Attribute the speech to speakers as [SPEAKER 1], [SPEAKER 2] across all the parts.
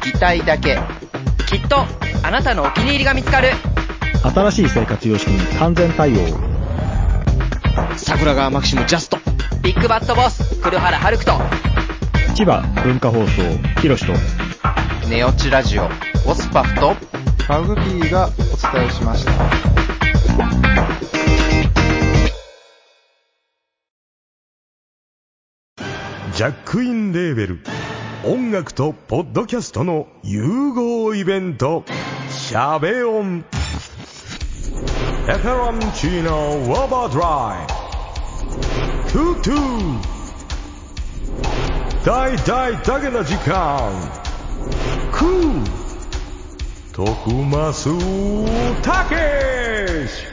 [SPEAKER 1] 聞きたいだけ。
[SPEAKER 2] きっとあなたのお気に入りが見つかる
[SPEAKER 3] 新しい生活様式に完全対応。
[SPEAKER 4] 桜川マキシムジャスト。
[SPEAKER 2] ビッグバットボス黒原遥人
[SPEAKER 3] 千葉文化放送、ひろしと。
[SPEAKER 1] ネオチラジオ。オスパフと。
[SPEAKER 5] マグキーがお伝えしました。
[SPEAKER 6] ジャックインレーベル音楽とポッドキャストの融合イベント「シャベオン」「エフェロンチーノウォーバードライ」「トゥトゥ」「大大だけな時間」「クー」「徳マスたけし」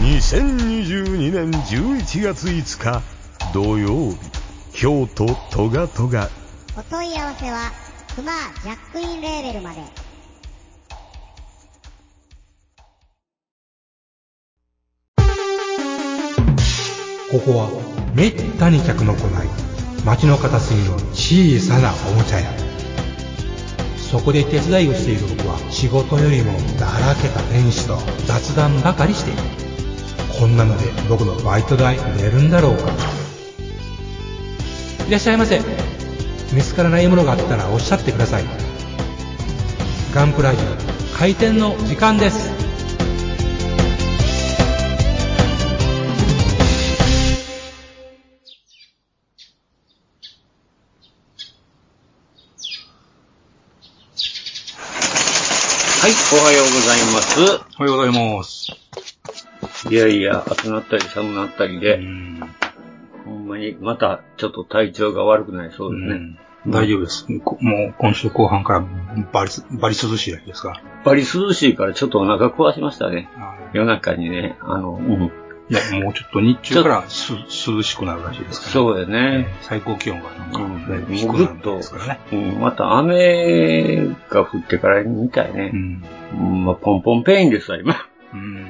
[SPEAKER 6] 2022年11月5日土曜日京都トガトガ
[SPEAKER 7] お問い合わせは、クマジャックインレーベルまで。
[SPEAKER 8] ここはめったに客の来ない街の片隅の小さなおもちゃ屋そこで手伝いをしている僕は仕事よりもだらけた店主と雑談ばかりしているこんなので僕のバイト代出るんだろうかいらっしゃいませ見つからないものがあったらおっしゃってくださいガンプラジオ開店の時間です
[SPEAKER 9] はい、おはようございます。
[SPEAKER 10] おはようございます。
[SPEAKER 9] いやいや、暑くなったり寒くなったり
[SPEAKER 10] う
[SPEAKER 9] で、
[SPEAKER 10] ん
[SPEAKER 9] ほんまにまたちょっと体調が悪くなりそうですね。
[SPEAKER 10] うん大丈夫です。こもう今週後半からバリ、バリ涼しいだけですから。
[SPEAKER 9] やっぱり涼しいからちょっとお腹壊しましたね。
[SPEAKER 10] あ
[SPEAKER 9] 夜中にね、あの、うん、
[SPEAKER 10] いや、もうちょっと日中からす涼しくなるらしいですから、
[SPEAKER 9] そうだね。
[SPEAKER 10] 最高気温がなんか、
[SPEAKER 9] うん
[SPEAKER 10] だいぶ低くなるんですからね。
[SPEAKER 9] うん、また雨が降ってからみたいうね。
[SPEAKER 10] ん。
[SPEAKER 9] うん、まあ、ポンポンペインですわ、今。
[SPEAKER 10] うん。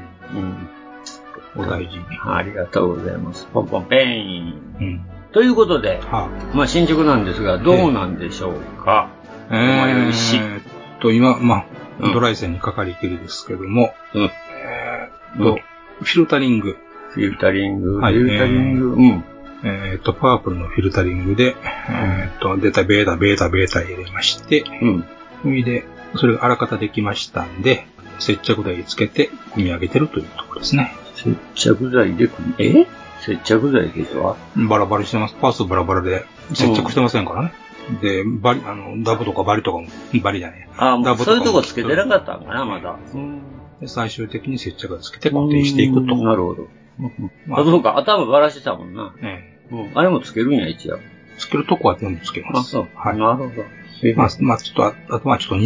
[SPEAKER 9] うん、
[SPEAKER 10] お大事に。
[SPEAKER 9] ありがとうございます。ポンポンペイン。
[SPEAKER 10] うん。
[SPEAKER 9] ということで、
[SPEAKER 10] は
[SPEAKER 9] まあ、新宿なんですが、どうなんでしょうか。
[SPEAKER 10] あ、
[SPEAKER 9] 前よりし
[SPEAKER 10] えーっと、今、ま
[SPEAKER 9] うん
[SPEAKER 10] あ、ドライ線にかかりきりですけども、
[SPEAKER 9] うん
[SPEAKER 10] えーっと、フィルタリング、
[SPEAKER 9] フィルタリング、フ
[SPEAKER 10] はい
[SPEAKER 9] ィルタリング、うん。
[SPEAKER 10] えーっと、パープルのフィルタリングで、えーっと、出たベータ、ベータ、ベータ入れまして、
[SPEAKER 9] うん。
[SPEAKER 10] それで、それがあらかたできましたんで、接着剤つけて組み上げてるというところですね。
[SPEAKER 9] 接着剤で組む、え接着剤でしょ
[SPEAKER 10] バラバラしてます。パースバラバラで接着してませんからね。で、バリ、あの、ダブとかバリとかも、バリだね。
[SPEAKER 9] あも
[SPEAKER 10] ダ
[SPEAKER 9] う
[SPEAKER 10] ブ
[SPEAKER 9] そういう
[SPEAKER 10] も
[SPEAKER 9] とこつけてなかったんかな、まだ。
[SPEAKER 10] で最終的に接着剤つけて固定していくと。
[SPEAKER 9] なるほど。
[SPEAKER 10] ま
[SPEAKER 9] あ、そうか、頭ばらしてたもんな。
[SPEAKER 10] え
[SPEAKER 9] うん。あれもつけるんや、一応。
[SPEAKER 10] えつけるとこは全部つけま
[SPEAKER 9] あ、
[SPEAKER 10] す。
[SPEAKER 9] そう。
[SPEAKER 10] はい。ま
[SPEAKER 9] なるほど。え
[SPEAKER 10] あ、まあ、ちょっと、ああとはちょっと2、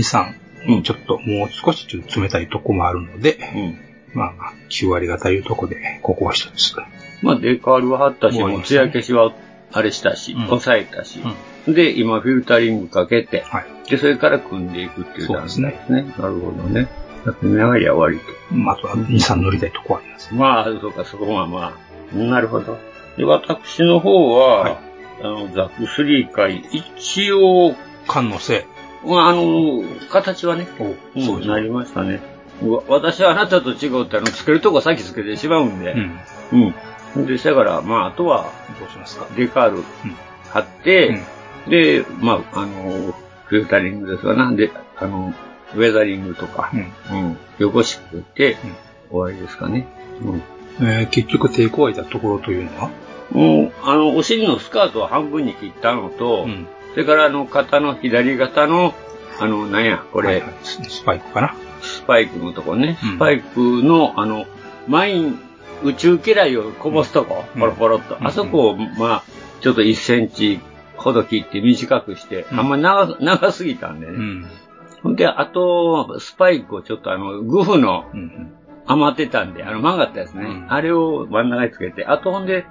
[SPEAKER 10] 3、
[SPEAKER 9] うん
[SPEAKER 10] ちょっともう少しちょっと冷たいとこもあるので、
[SPEAKER 9] うん。
[SPEAKER 10] まあまあ、9割方いうとこで、ここは一つ。
[SPEAKER 9] まあ、デカールは貼ったし、
[SPEAKER 10] もうあり
[SPEAKER 9] もう
[SPEAKER 10] ます
[SPEAKER 9] つや消しは、あれしたし、
[SPEAKER 10] うん
[SPEAKER 9] 押さえたし。で、今、フィルタリングかけて、
[SPEAKER 10] はい。
[SPEAKER 9] で、それから組んでいくっていう
[SPEAKER 10] そう
[SPEAKER 9] 段
[SPEAKER 10] で
[SPEAKER 9] 階
[SPEAKER 10] すね
[SPEAKER 9] ですね。なるほどね。組み上がりは割と。
[SPEAKER 10] まあ、あとは2、3塗りたいとこはあります。
[SPEAKER 9] まあ、そうか、そこはまあ。なるほど。で、私の方は、
[SPEAKER 10] はい
[SPEAKER 9] あの、ザック3回、一応、
[SPEAKER 10] 缶のせ
[SPEAKER 9] まあ、あの、形はね、
[SPEAKER 10] い。お
[SPEAKER 9] うん
[SPEAKER 10] そうです
[SPEAKER 9] なりましたね。わ私はあなたと違うって、あの、つけるとこ先つけてしまうんで
[SPEAKER 10] う、ん。
[SPEAKER 9] うん。で、したから、まあ、あとは、
[SPEAKER 10] どうしますか
[SPEAKER 9] デカール貼って、で、まあ、あの、フィルタリングですわな、で、あの、ウェザリングとか
[SPEAKER 10] う、ん。
[SPEAKER 9] うん、汚しくって
[SPEAKER 10] うん、
[SPEAKER 9] 終わりですかね。うん。
[SPEAKER 10] えー結局抵抗いたところというのは
[SPEAKER 9] もう、あの、お尻のスカートを半分に切ったのと、
[SPEAKER 10] ん。
[SPEAKER 9] それからあの、肩の左肩の、あの、なんや、こ
[SPEAKER 10] こ
[SPEAKER 9] れ、
[SPEAKER 10] れ、ススパイクかな
[SPEAKER 9] スパイクのとこね、
[SPEAKER 10] うん
[SPEAKER 9] スパイクの、あの、マイン、宇宙嫌いをこぼすとこ、
[SPEAKER 10] うん
[SPEAKER 9] ポロポロっと、
[SPEAKER 10] うん
[SPEAKER 9] あそこを、まあ、ちょっと1センチほど切って短くして、
[SPEAKER 10] うん
[SPEAKER 9] あんま長長すぎたんでね、
[SPEAKER 10] ん。
[SPEAKER 9] ほんで、あと、スパイクをちょっとあの、グフの余ってたんで、あの、曲がったやつね。あれを真ん中につけて、あとほんで、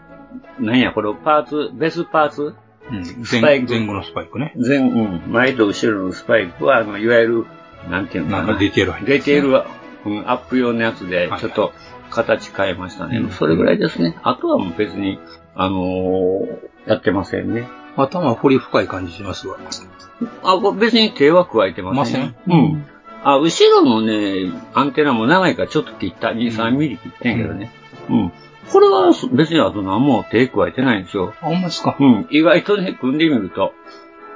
[SPEAKER 9] なんや、このパーツ、ベースパーツ
[SPEAKER 10] うん
[SPEAKER 9] スパ
[SPEAKER 10] 前
[SPEAKER 9] イク
[SPEAKER 10] 前後のスパイクね。
[SPEAKER 9] 前、うん、前と後ろのスパイクは、あの、いわゆる、なんていうのか
[SPEAKER 10] なん
[SPEAKER 9] な。
[SPEAKER 10] かディテール入って
[SPEAKER 9] デ
[SPEAKER 10] る
[SPEAKER 9] ィテールは、うん、アップ用のやつで
[SPEAKER 10] はい、
[SPEAKER 9] ちょっと形変えましたね。
[SPEAKER 10] うん
[SPEAKER 9] それぐらいですね。あとはもう別に、あのーやってませんね。
[SPEAKER 10] 頭彫り深い感じしますわ。
[SPEAKER 9] あ、これ別に手は加えてません。
[SPEAKER 10] ま
[SPEAKER 9] うん。あ、後ろのね、アンテナも長いからちょっと切った。2、3ミリ切ってんけどね。うん。これは別にあと何も手加えてないんですよ。
[SPEAKER 10] あ、ほんまですか。
[SPEAKER 9] うん。意外とね、組んでみると、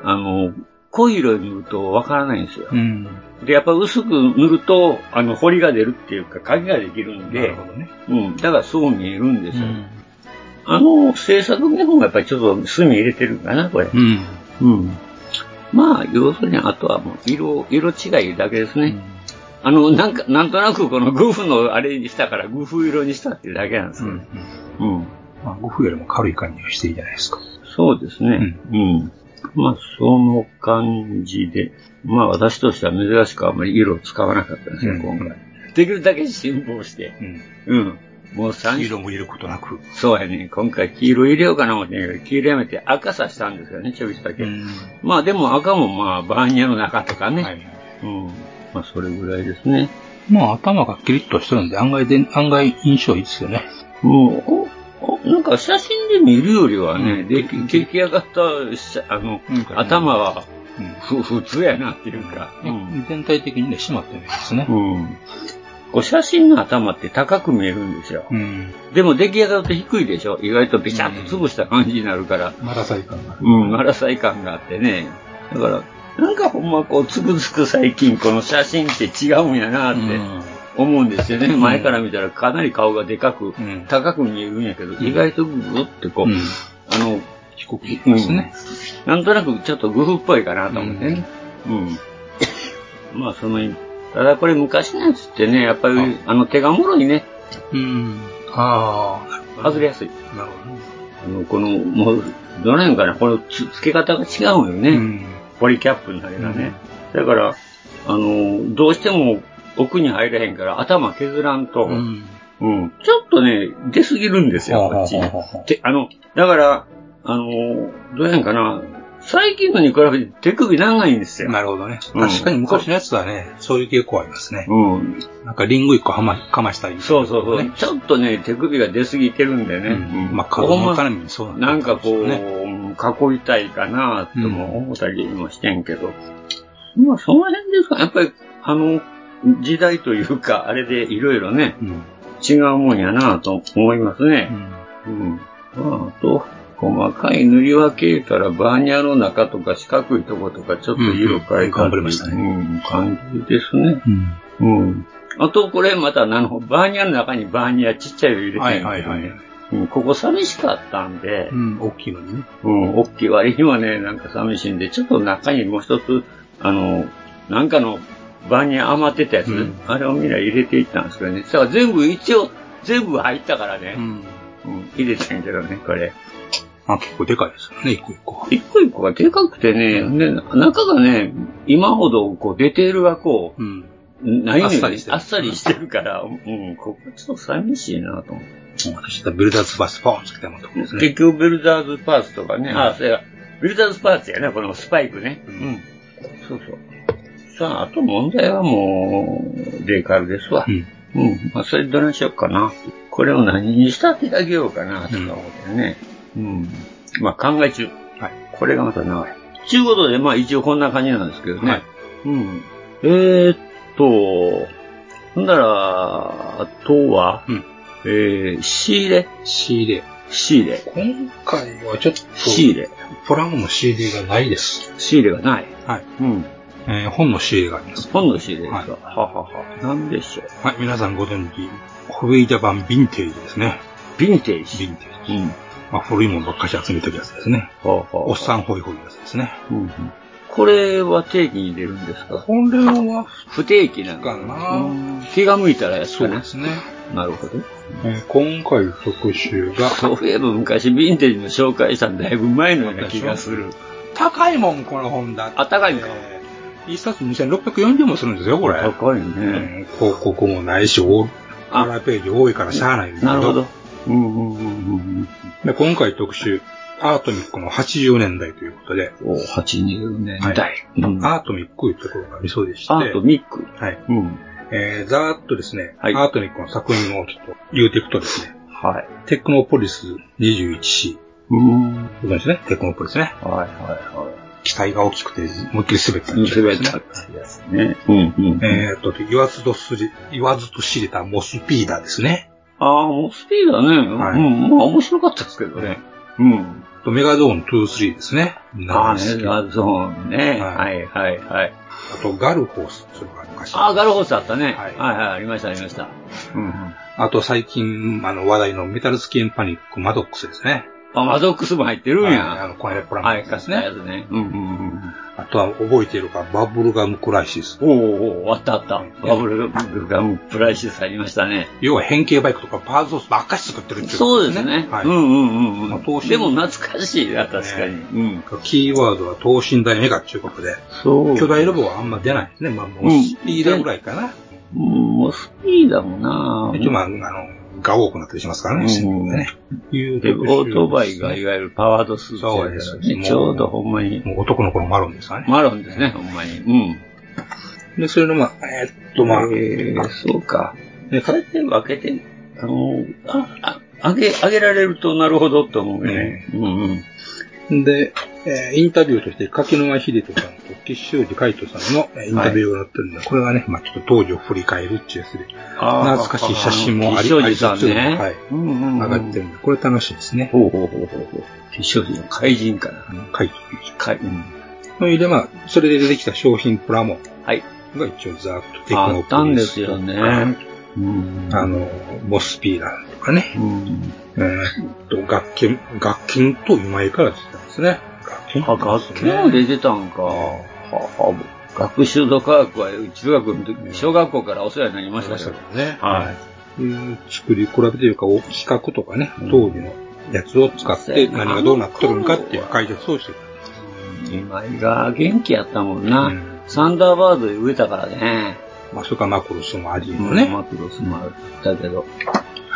[SPEAKER 9] あの、濃い色に塗るとわからないんですよ。
[SPEAKER 10] うん。
[SPEAKER 9] で、やっぱ薄く塗ると、あの、彫りが出るっていうか、影ができるん
[SPEAKER 10] な
[SPEAKER 9] で
[SPEAKER 10] る、ほどね。
[SPEAKER 9] うん。だからそう見えるんです
[SPEAKER 10] う
[SPEAKER 9] よ。
[SPEAKER 10] ん。
[SPEAKER 9] あの、制作の方がやっぱりちょっと墨入れてるかな、これ。
[SPEAKER 10] うん。
[SPEAKER 9] うん。まあ、要するに、あとはもう、色、色違いだけですね。あの、なんか、なんとなくこのグーフのあれにしたから、グーフ色にしたっていうだけなんです
[SPEAKER 10] う
[SPEAKER 9] よ。
[SPEAKER 10] ん。
[SPEAKER 9] うん。
[SPEAKER 10] まあ、ご夫よりも軽い感じがしていいじゃないですか。
[SPEAKER 9] そうですね。うん。まあ、その感じで、まあ、私としては珍しくあんまり色を使わなかったんですね、
[SPEAKER 10] うん
[SPEAKER 9] 今回。できるだけ辛抱して。
[SPEAKER 10] うん。
[SPEAKER 9] うん。もう三色。
[SPEAKER 10] 色も入れることなく。
[SPEAKER 9] そうやね。今回黄色入れようかな思ってんやけど、黄色やめて赤さしたんですよね、ちょびっとだけ。
[SPEAKER 10] うん。
[SPEAKER 9] まあ、でも赤もまあ、バーニャの中とかね。
[SPEAKER 10] はい。
[SPEAKER 9] うん。まあ、それぐらいですね。
[SPEAKER 10] まあ、頭がキリッとしてるんで、案外で、案外印象いいですよね。
[SPEAKER 9] もう、おおなんか写真で見るよりは
[SPEAKER 10] う
[SPEAKER 9] ね、
[SPEAKER 10] ん
[SPEAKER 9] で出来上がったし、あの、
[SPEAKER 10] うん
[SPEAKER 9] 頭は
[SPEAKER 10] うん
[SPEAKER 9] ふ普通やなっていうか、うん。
[SPEAKER 10] 全体的にね、締まってるんですね。
[SPEAKER 9] うん。こう写真の頭って高く見えるんですよ。
[SPEAKER 10] うん。
[SPEAKER 9] でも出来上がると低いでしょ意外とビシャッと潰した感じになるから、
[SPEAKER 10] まだ最感が。
[SPEAKER 9] うん、マラサイ感があってね。だから、なんかほんまこう、つくづく最近この写真って違うんやな
[SPEAKER 10] あ
[SPEAKER 9] って。思うんですよね。前から見たらかなり顔がでかく、
[SPEAKER 10] うん
[SPEAKER 9] 高く見えるんやけど、意外とググってこう、
[SPEAKER 10] うん
[SPEAKER 9] あの、
[SPEAKER 10] 飛行機ですね。
[SPEAKER 9] なんとなくちょっとグフっぽいかなと思ってね。うん。 まあその、ただこれ昔のやつってね、やっぱりあの手がもろいね、
[SPEAKER 10] うん。あ
[SPEAKER 9] 外れやすい。
[SPEAKER 10] あ、なるほどね。
[SPEAKER 9] あの、この、もう、どないのかな、このつ付け方が違うよね。
[SPEAKER 10] うん。
[SPEAKER 9] ポリキャップのあれがね。だから、あの、どうしても奥に入れへんから頭削らんと、
[SPEAKER 10] うん。
[SPEAKER 9] うん。ちょっとね、出すぎるんですよ、こっちに。て、あの、だから、あのー、どうやんかな、最近のに比べて手首長いんですよ。
[SPEAKER 10] なるほどね。
[SPEAKER 9] うん
[SPEAKER 10] 確かに昔のやつはね、そういう傾向ありますね。
[SPEAKER 9] うん。
[SPEAKER 10] なんかリング一個はま、かましたり。
[SPEAKER 9] そうそうそう、
[SPEAKER 10] ね
[SPEAKER 9] ちょっとね、手首が出すぎてるんでね。
[SPEAKER 10] うん
[SPEAKER 9] うん
[SPEAKER 10] まあ、子供のためにそう
[SPEAKER 9] ほんまなんかこう、
[SPEAKER 10] ね。
[SPEAKER 9] 囲いたいかなとも思ったりもしてんけど。まあ、その辺ですか。やっぱり、あの、時代というか、あれでいろいろね、
[SPEAKER 10] うん。
[SPEAKER 9] 違うもんやなと思いますね。うん。まあ、あと、細かい塗り分けたら、バーニャの中とか四角いとことか、ちょっと色変えたってい
[SPEAKER 10] う
[SPEAKER 9] う
[SPEAKER 10] ん頑張りましたね
[SPEAKER 9] うん、感じですね。
[SPEAKER 10] うん。
[SPEAKER 9] うん。あと、これまた、あの、バーニャの中にバーニャちっちゃいを入れてる、
[SPEAKER 10] はいはいはい。
[SPEAKER 9] うん。ここ寂しかったんで
[SPEAKER 10] う、ん、大きいのにね。
[SPEAKER 9] うん、大きい割にはね、なんか寂しいんで、ちょっと中にもう一つ、あの、なんかのバーニャ余ってたやつ、
[SPEAKER 10] うん
[SPEAKER 9] あれをみんな入れていったんですけどね。だから全部一応、全部入ったからね、
[SPEAKER 10] ん。
[SPEAKER 9] うん、入れたんやけどね、これ。
[SPEAKER 10] あ、結構でかいですよね、一個一個は。
[SPEAKER 9] 一個一個がでかくてね、で中がね、今ほどこうディテールがこ
[SPEAKER 10] うん。
[SPEAKER 9] う、ないの
[SPEAKER 10] あっさ
[SPEAKER 9] よね
[SPEAKER 10] りしてる
[SPEAKER 9] あっさりしてるから、うん、ここちょっと寂しいなと思って。
[SPEAKER 10] 私だったらビルダーズバスポーンつけたもんとこですね。
[SPEAKER 9] 結局、ビルダーズパーツとかね、
[SPEAKER 10] うん
[SPEAKER 9] あ、それが、ビルダーズパーツやね、このスパイクね。
[SPEAKER 10] うん
[SPEAKER 9] そうそう。さあ、あと問題はもう、デーカルですわ。
[SPEAKER 10] うん
[SPEAKER 9] うん。まあ、それどないしようかな。これを何にしたってあげようかな、とか思ってね。うん。まあ、考え中。
[SPEAKER 10] はい
[SPEAKER 9] これがまた長い。ちゅうことで、まあ、一応こんな感じなんですけどね。
[SPEAKER 10] はい
[SPEAKER 9] うん。えー、っと、ほんなら、あとは、
[SPEAKER 10] うん
[SPEAKER 9] えー、仕入れ
[SPEAKER 10] 仕入れ。
[SPEAKER 9] 仕入れ。
[SPEAKER 10] 今回はちょっと、
[SPEAKER 9] 仕入れ。
[SPEAKER 10] プラモの CD がないです。
[SPEAKER 9] 仕入れがない。
[SPEAKER 10] はい。
[SPEAKER 9] うん。
[SPEAKER 10] えー本の CD があります。
[SPEAKER 9] 本の仕入れですか。
[SPEAKER 10] は
[SPEAKER 9] ははは。なんでしょう。
[SPEAKER 10] はい、皆さんご存知、ホベイジャパンヴィンテージですね。
[SPEAKER 9] ヴィンテー
[SPEAKER 10] ヴ
[SPEAKER 9] ジ。
[SPEAKER 10] ィンテージ。
[SPEAKER 9] うん。
[SPEAKER 10] まあ、古いものばっかし集めてるやつですね。
[SPEAKER 9] はあはあ
[SPEAKER 10] おっさんホイホイのやつですね。
[SPEAKER 9] うんうんこれは定期に入れるんですか
[SPEAKER 10] これは、
[SPEAKER 9] 不定期なの
[SPEAKER 10] かな
[SPEAKER 9] うん気が向いたらやつ
[SPEAKER 10] そ
[SPEAKER 9] か
[SPEAKER 10] うで
[SPEAKER 9] な。
[SPEAKER 10] すね。
[SPEAKER 9] なるほど。
[SPEAKER 10] えー今回特集が、
[SPEAKER 9] そういえば昔ヴィンテージの紹介したのだいぶ前のような気がする。
[SPEAKER 10] 高いもん、この本だって
[SPEAKER 9] あ高いんか
[SPEAKER 10] え一冊2640もするんですよ、これ。
[SPEAKER 9] 高いね。
[SPEAKER 10] うん広告もないし、オーアラページ多いからしゃあないんですけ
[SPEAKER 9] なるほど。うんうんうんうん。
[SPEAKER 10] で今回特集、アートミックの80年代ということで、
[SPEAKER 9] お80年代。
[SPEAKER 10] は
[SPEAKER 9] うん
[SPEAKER 10] アートミックというところが理想でして、
[SPEAKER 9] アートミック。
[SPEAKER 10] はい。
[SPEAKER 9] うん。
[SPEAKER 10] えー、ざーっとですね、
[SPEAKER 9] はい
[SPEAKER 10] アートミックの作品をちょっと言うていくとですね、
[SPEAKER 9] はい。
[SPEAKER 10] テクノポリス 21C。
[SPEAKER 9] うん。はい
[SPEAKER 10] ご存知ね、テクノポリスね。
[SPEAKER 9] はいは
[SPEAKER 10] 機体が大きくて、思いっきり滑った
[SPEAKER 9] い。
[SPEAKER 10] ん
[SPEAKER 9] 滑った
[SPEAKER 10] ね。
[SPEAKER 9] ですね。うんうん。
[SPEAKER 10] えーっと、言わずとすり、言わずと知れたモスピーダーですね。
[SPEAKER 9] ああ、もうスピードはね、
[SPEAKER 10] はい
[SPEAKER 9] うん、まあ面白かったですけどね。うん。
[SPEAKER 10] とメガゾーン23ですね。
[SPEAKER 9] あ
[SPEAKER 10] な
[SPEAKER 9] あ
[SPEAKER 10] んで
[SPEAKER 9] ね、
[SPEAKER 10] すけどあ
[SPEAKER 9] ガゾーンね。
[SPEAKER 10] は
[SPEAKER 9] はいはいはい。
[SPEAKER 10] と、ガルホース。それが昔
[SPEAKER 9] ああ、ガルホースあったね。
[SPEAKER 10] は
[SPEAKER 9] はいいはい、ありましたありました。うん。あ、
[SPEAKER 10] あと最近、あの、話題のメタルスキンパニックマドックスですね。
[SPEAKER 9] マゾックスも入ってるんや。
[SPEAKER 10] はいあの、この間プラ
[SPEAKER 9] は
[SPEAKER 10] マ
[SPEAKER 9] い、
[SPEAKER 10] イで
[SPEAKER 9] 貸し
[SPEAKER 10] す
[SPEAKER 9] た
[SPEAKER 10] ね
[SPEAKER 9] や。つね。うんうん
[SPEAKER 10] あとは覚えているか、バブルガムクライシス。
[SPEAKER 9] うん。おーおー、あったあった。バブルガムプライシスありましたね。
[SPEAKER 10] 要は変形バイクとかパーツをばっかし作ってるっていうこ
[SPEAKER 9] そ
[SPEAKER 10] と
[SPEAKER 9] うですね。
[SPEAKER 10] はい。
[SPEAKER 9] うんうんうん
[SPEAKER 10] まあ
[SPEAKER 9] う
[SPEAKER 10] 投
[SPEAKER 9] ん。
[SPEAKER 10] 資
[SPEAKER 9] でも懐かしいな、確かに。
[SPEAKER 10] ね
[SPEAKER 9] うん。
[SPEAKER 10] キーワードは等身大メガっていうことで、
[SPEAKER 9] そ
[SPEAKER 10] 巨大ロボはあんま出ないですね。まあ、もう
[SPEAKER 9] うん
[SPEAKER 10] スピーダーぐらいかな。
[SPEAKER 9] うん、もうスピーダーもな
[SPEAKER 10] 一応まあ、あの、が多くなったりしますからね、
[SPEAKER 9] うん
[SPEAKER 10] 新聞でね。いう
[SPEAKER 9] で、
[SPEAKER 10] 特集
[SPEAKER 9] オ
[SPEAKER 10] です
[SPEAKER 9] ートバイがいわゆるパワードスーツ
[SPEAKER 10] そう
[SPEAKER 9] で
[SPEAKER 10] ですす
[SPEAKER 9] よね。ちょうどほんまに。
[SPEAKER 10] もう男の子のマロンですからね。
[SPEAKER 9] マロンですね、ほんまに。うん。
[SPEAKER 10] で、それのまあ、えーっとまあ、
[SPEAKER 9] えー、そうか。で、こうやって分けて、あの、あ、あ、あげ、あげられるとなるほどって思うね。うんうん。
[SPEAKER 10] で、えーインタビューとして柿沼秀人さんと岸修二海人さんのえーインタビューをやってるんで、これがね、まあちょっと当時を振り返るっていうやつで、
[SPEAKER 9] あー
[SPEAKER 10] 懐かしい写真もあり
[SPEAKER 9] 吉祥寺さん
[SPEAKER 10] あり
[SPEAKER 9] ね。
[SPEAKER 10] つつはい
[SPEAKER 9] うんうんうん。
[SPEAKER 10] 上がってるんで、これ楽しいですね。
[SPEAKER 9] ほうほうほうほうほう。必勝寺の怪人かな。
[SPEAKER 10] 海人。
[SPEAKER 9] 怪、うん。
[SPEAKER 10] それでまあ、それで出てきた商品プラモ
[SPEAKER 9] はい。
[SPEAKER 10] が一応ざーっとテク
[SPEAKER 9] あ
[SPEAKER 10] ノ
[SPEAKER 9] ったん
[SPEAKER 10] ポリ
[SPEAKER 9] で
[SPEAKER 10] ス
[SPEAKER 9] すよね。うん。
[SPEAKER 10] あの、モスピーラーとかね、
[SPEAKER 9] うん。
[SPEAKER 10] えーっと、楽器、楽器と今井から出てたんですね。楽器
[SPEAKER 9] あ、学級も出てたんか。はあ学習度科学は中学の時、小学校からお世話になりましたけど。
[SPEAKER 4] ね。
[SPEAKER 9] はい。
[SPEAKER 10] うん作り比べというか、お比較とかね、当時のやつを使って何がどうなってるのかっていう解説をしてた。
[SPEAKER 9] 今井が元気やったもんな。
[SPEAKER 10] うん
[SPEAKER 9] サンダーバードで植えたからね。
[SPEAKER 10] まあ、それからマクロスもありのね、
[SPEAKER 9] マクロスもあったけど、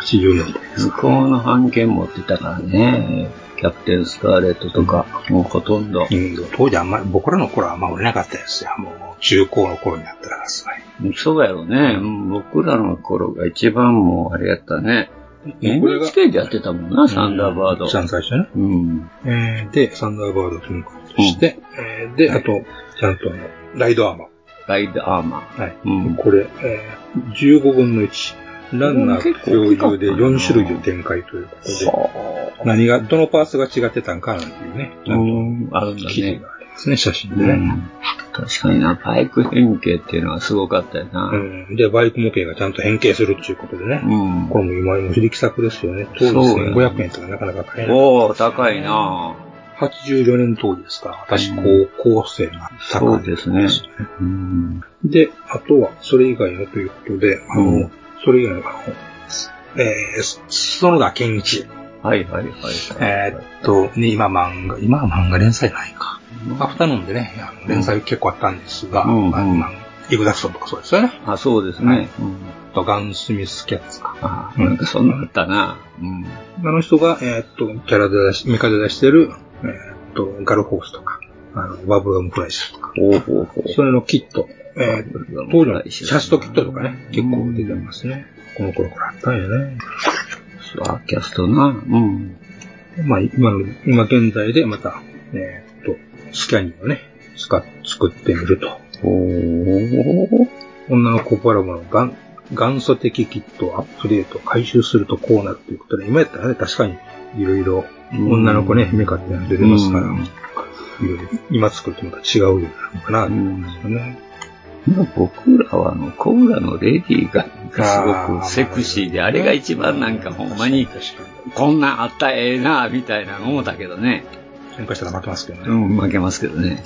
[SPEAKER 10] 84年代です
[SPEAKER 9] 向こうの版権持ってたからね。キャプテンスカーレットとか、もうほとんど。
[SPEAKER 10] うん当時あんまり、僕らの頃はあんま売れなかったですよ。もう中高の頃になったらですね。
[SPEAKER 9] そうやろね。うん僕らの頃が一番もうあれやったね。
[SPEAKER 10] これが
[SPEAKER 9] NHK でやってたもんな、サンダーバード。
[SPEAKER 10] 一番最初ね。
[SPEAKER 9] うん。
[SPEAKER 10] えーで、サンダーバードということとして、えーで、あと、ちゃんとあの、ライドアーマ
[SPEAKER 9] ライドアーマ
[SPEAKER 10] ー。はい。
[SPEAKER 9] ー。うん。
[SPEAKER 10] これ、えー15分の1。ランナーと共有で4種類を展開ということで、
[SPEAKER 9] は
[SPEAKER 10] 何が、どのパーツが違ってたんかなんていうね、
[SPEAKER 9] あ。うん。あるんだ
[SPEAKER 10] 記事
[SPEAKER 9] ね。
[SPEAKER 10] がありますね、写真で
[SPEAKER 9] う
[SPEAKER 10] ね。
[SPEAKER 9] ん確かにな、バイク変形っていうのはすごかったよ
[SPEAKER 10] う
[SPEAKER 9] な。
[SPEAKER 10] ん。で、バイク模型がちゃんと変形するっていうことでね
[SPEAKER 9] う。ん。
[SPEAKER 10] これも今も非力作ですよね。当時
[SPEAKER 9] そうね
[SPEAKER 10] 1500円とかなかなか買えない。
[SPEAKER 9] おお高いな
[SPEAKER 10] 84年当時ですから、私
[SPEAKER 9] う
[SPEAKER 10] 高校生が
[SPEAKER 9] そ
[SPEAKER 10] 高
[SPEAKER 9] うですね。うん。
[SPEAKER 10] で、あとは、それ以外のということで、あ
[SPEAKER 9] う
[SPEAKER 10] の
[SPEAKER 9] ん、
[SPEAKER 10] それ以外の、あのえー、その田健一。
[SPEAKER 9] はいはいはい。
[SPEAKER 10] えーっと、ね、今漫画、今は漫画連載ないか。アフタヌーンでね、あの連載結構あったんですが、
[SPEAKER 9] うん
[SPEAKER 10] あのまあイグダクソンとかそうですよね。
[SPEAKER 9] あ、そうです
[SPEAKER 10] はい
[SPEAKER 9] ね。うん
[SPEAKER 10] あとガンスミスキャッツか。
[SPEAKER 9] あ、なんかそんなのあったな。うん。
[SPEAKER 10] あの人が、えーっと、キャラで出し、メカで出してる、えーっと、ガルホースとか、あの、バブルガムプライスとか、
[SPEAKER 9] ほうほうほう。
[SPEAKER 10] それのキット、えー当時のキャストキットとかね、結構出てますね。この頃からあったんやね。
[SPEAKER 9] あ、キャストな。うん。
[SPEAKER 10] まあ、今の、今現在でまた、えーっと、スキャニンをね、使っ、作ってみると。
[SPEAKER 9] おお。
[SPEAKER 10] 女の子パラボの元元祖的キットをアップデート、回収するとこうなるということで、今やったらね、確かに、いろいろ、
[SPEAKER 9] うん
[SPEAKER 10] 女の子ね、メカって出てますから、
[SPEAKER 9] うん
[SPEAKER 10] いろいろ今作るとまた違うようになるのかな、
[SPEAKER 9] う
[SPEAKER 10] と思い
[SPEAKER 9] ん
[SPEAKER 10] ますよね。
[SPEAKER 9] まあ僕らはあの、コーラのレディーが
[SPEAKER 10] あー
[SPEAKER 9] すごくセクシーで、あれが一番なんかほんまに、
[SPEAKER 10] 確かに。
[SPEAKER 9] こんなんあったらええな、みたいな思ったけどね。
[SPEAKER 10] 喧嘩したら負けますけどね。
[SPEAKER 9] うん、負けますけどね。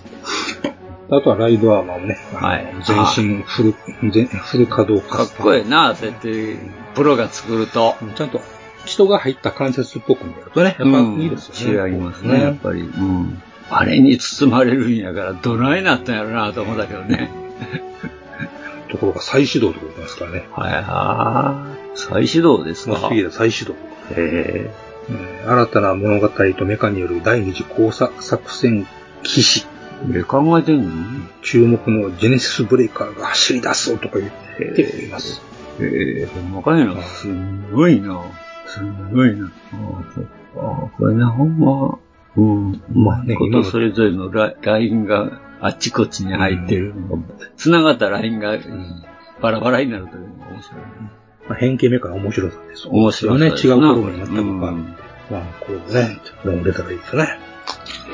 [SPEAKER 10] あとはライドアーマーもね、
[SPEAKER 9] はい
[SPEAKER 10] あの全身フル、全フル稼働
[SPEAKER 9] かっこええな、そうやって、プロが作ると。
[SPEAKER 10] ちゃんと人が入った関節っぽく見えるとね、やっぱいいですよね。
[SPEAKER 9] うん違いますね、やっぱり。うん。あれに包まれるんやから、どないなったんやろなと思ったけどね。
[SPEAKER 10] ところが再始動ってことなんですからね。
[SPEAKER 9] はいはい。再始動です
[SPEAKER 10] まあ、
[SPEAKER 9] か。
[SPEAKER 10] 次だ、再始動。
[SPEAKER 9] え
[SPEAKER 10] えー新たな物語とメカによる第二次工作作戦騎士。
[SPEAKER 9] え考えてんの
[SPEAKER 10] 注目のジェネシスブレイカーが走り出すとか言っています。
[SPEAKER 9] ええほんまかいな。すんごいな。すんごいな。ああ、そっか。これな、ほんま。うん。
[SPEAKER 10] まあね
[SPEAKER 9] ことそれぞれのララインがあっちこっちに入ってるのが、繋がったラインがバラバラになるというのが面白いね。
[SPEAKER 10] まあ、変形メカの面白さです。
[SPEAKER 9] 面白い
[SPEAKER 10] ね。違う
[SPEAKER 9] です
[SPEAKER 10] と
[SPEAKER 9] な
[SPEAKER 10] ころになったのか。
[SPEAKER 9] うん
[SPEAKER 10] まあ、これもね、これも出たらいいですね。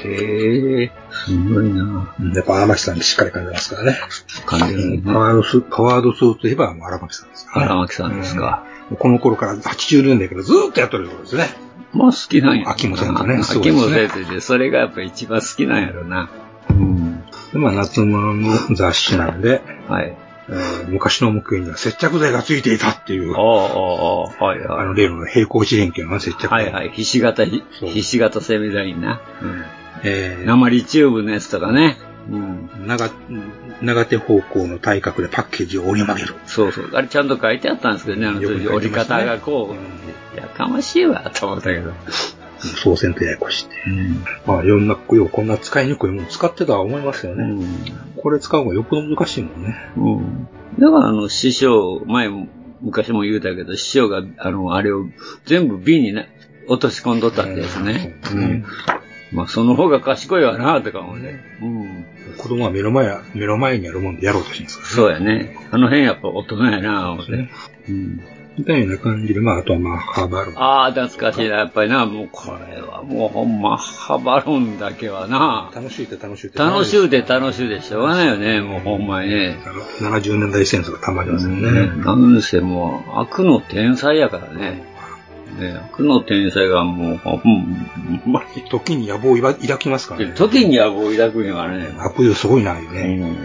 [SPEAKER 9] へえ、すごいな。
[SPEAKER 10] うんやっぱ荒牧さんしっかり感じますからね。
[SPEAKER 9] 感じる
[SPEAKER 10] パ
[SPEAKER 9] ね。
[SPEAKER 10] ワードス、パワードスーツといえばもう荒牧さんですからね。
[SPEAKER 9] 荒牧さんですか。
[SPEAKER 10] この頃から80年代からずーっとやってるところですね。
[SPEAKER 9] まあ好きなんやろな。
[SPEAKER 10] 秋元先生ねそう
[SPEAKER 9] 秋
[SPEAKER 10] ですね
[SPEAKER 9] 元先生で、それがやっぱ一番好きなんやろな。うん。
[SPEAKER 10] でまあ、夏物の雑誌なんで、
[SPEAKER 9] はい。
[SPEAKER 10] えー昔の目標には接着剤がついていたっていう、
[SPEAKER 9] ああ、あ
[SPEAKER 10] あ
[SPEAKER 9] あ、はいはい。
[SPEAKER 10] の例の平行四辺形の接着剤。
[SPEAKER 9] はいはい。ひし形、ひ
[SPEAKER 10] そう
[SPEAKER 9] ひし形セミラインな。
[SPEAKER 10] えー
[SPEAKER 9] 鉛チューブのやつとかね。うん。
[SPEAKER 10] 長、長手方向の対角でパッケージを折り曲げる。
[SPEAKER 9] そうそう。あれちゃんと書いてあったんですけどね、あの
[SPEAKER 10] よく
[SPEAKER 9] 時
[SPEAKER 10] 書い
[SPEAKER 9] 折
[SPEAKER 10] て
[SPEAKER 9] り
[SPEAKER 10] ますね
[SPEAKER 9] 方がこう、やかましいわ、と思ったけど。
[SPEAKER 10] 総選とややこしいって。
[SPEAKER 9] うん。
[SPEAKER 10] まあ、いろんな、ようこんな使いにくいもの使ってたは思いますよ
[SPEAKER 9] う
[SPEAKER 10] ね。
[SPEAKER 9] ん。
[SPEAKER 10] これ使う方がよっぽど難しいもんね。
[SPEAKER 9] うん。だからあの、師匠、前も、昔も言うたけど、師匠が、あの、あれを全部瓶にな落とし込んどったってやつね。
[SPEAKER 10] う
[SPEAKER 9] うんん。まあ、その方が賢いわな、とか思うね。うん。
[SPEAKER 10] 子供は目の前や、目の前にあるもんでやろうとしますか
[SPEAKER 9] そうやね。あの辺やっぱ大人やな、思って。
[SPEAKER 10] ね
[SPEAKER 9] うん。
[SPEAKER 10] ら。みたいな感じで、まあ、あとはまあ、ハーバル。
[SPEAKER 9] ああ、懐かしいな、やっぱりな、もうこれはもうほんま、ハバロンだけはな、
[SPEAKER 10] 楽しいって楽しいって。
[SPEAKER 9] 楽しゅうで楽しゅうでしょうがないよね、もうほんまにね。
[SPEAKER 10] あの70年代センスがたまりませんね。
[SPEAKER 9] なんせもう、悪の天才やからね。ね悪の天才がもう、ほんまに。
[SPEAKER 10] 時に野望を抱きますからね。
[SPEAKER 9] 時にはこう抱くんやからね。
[SPEAKER 10] 悪意すごいな、よ
[SPEAKER 9] う
[SPEAKER 10] ね。
[SPEAKER 9] ん。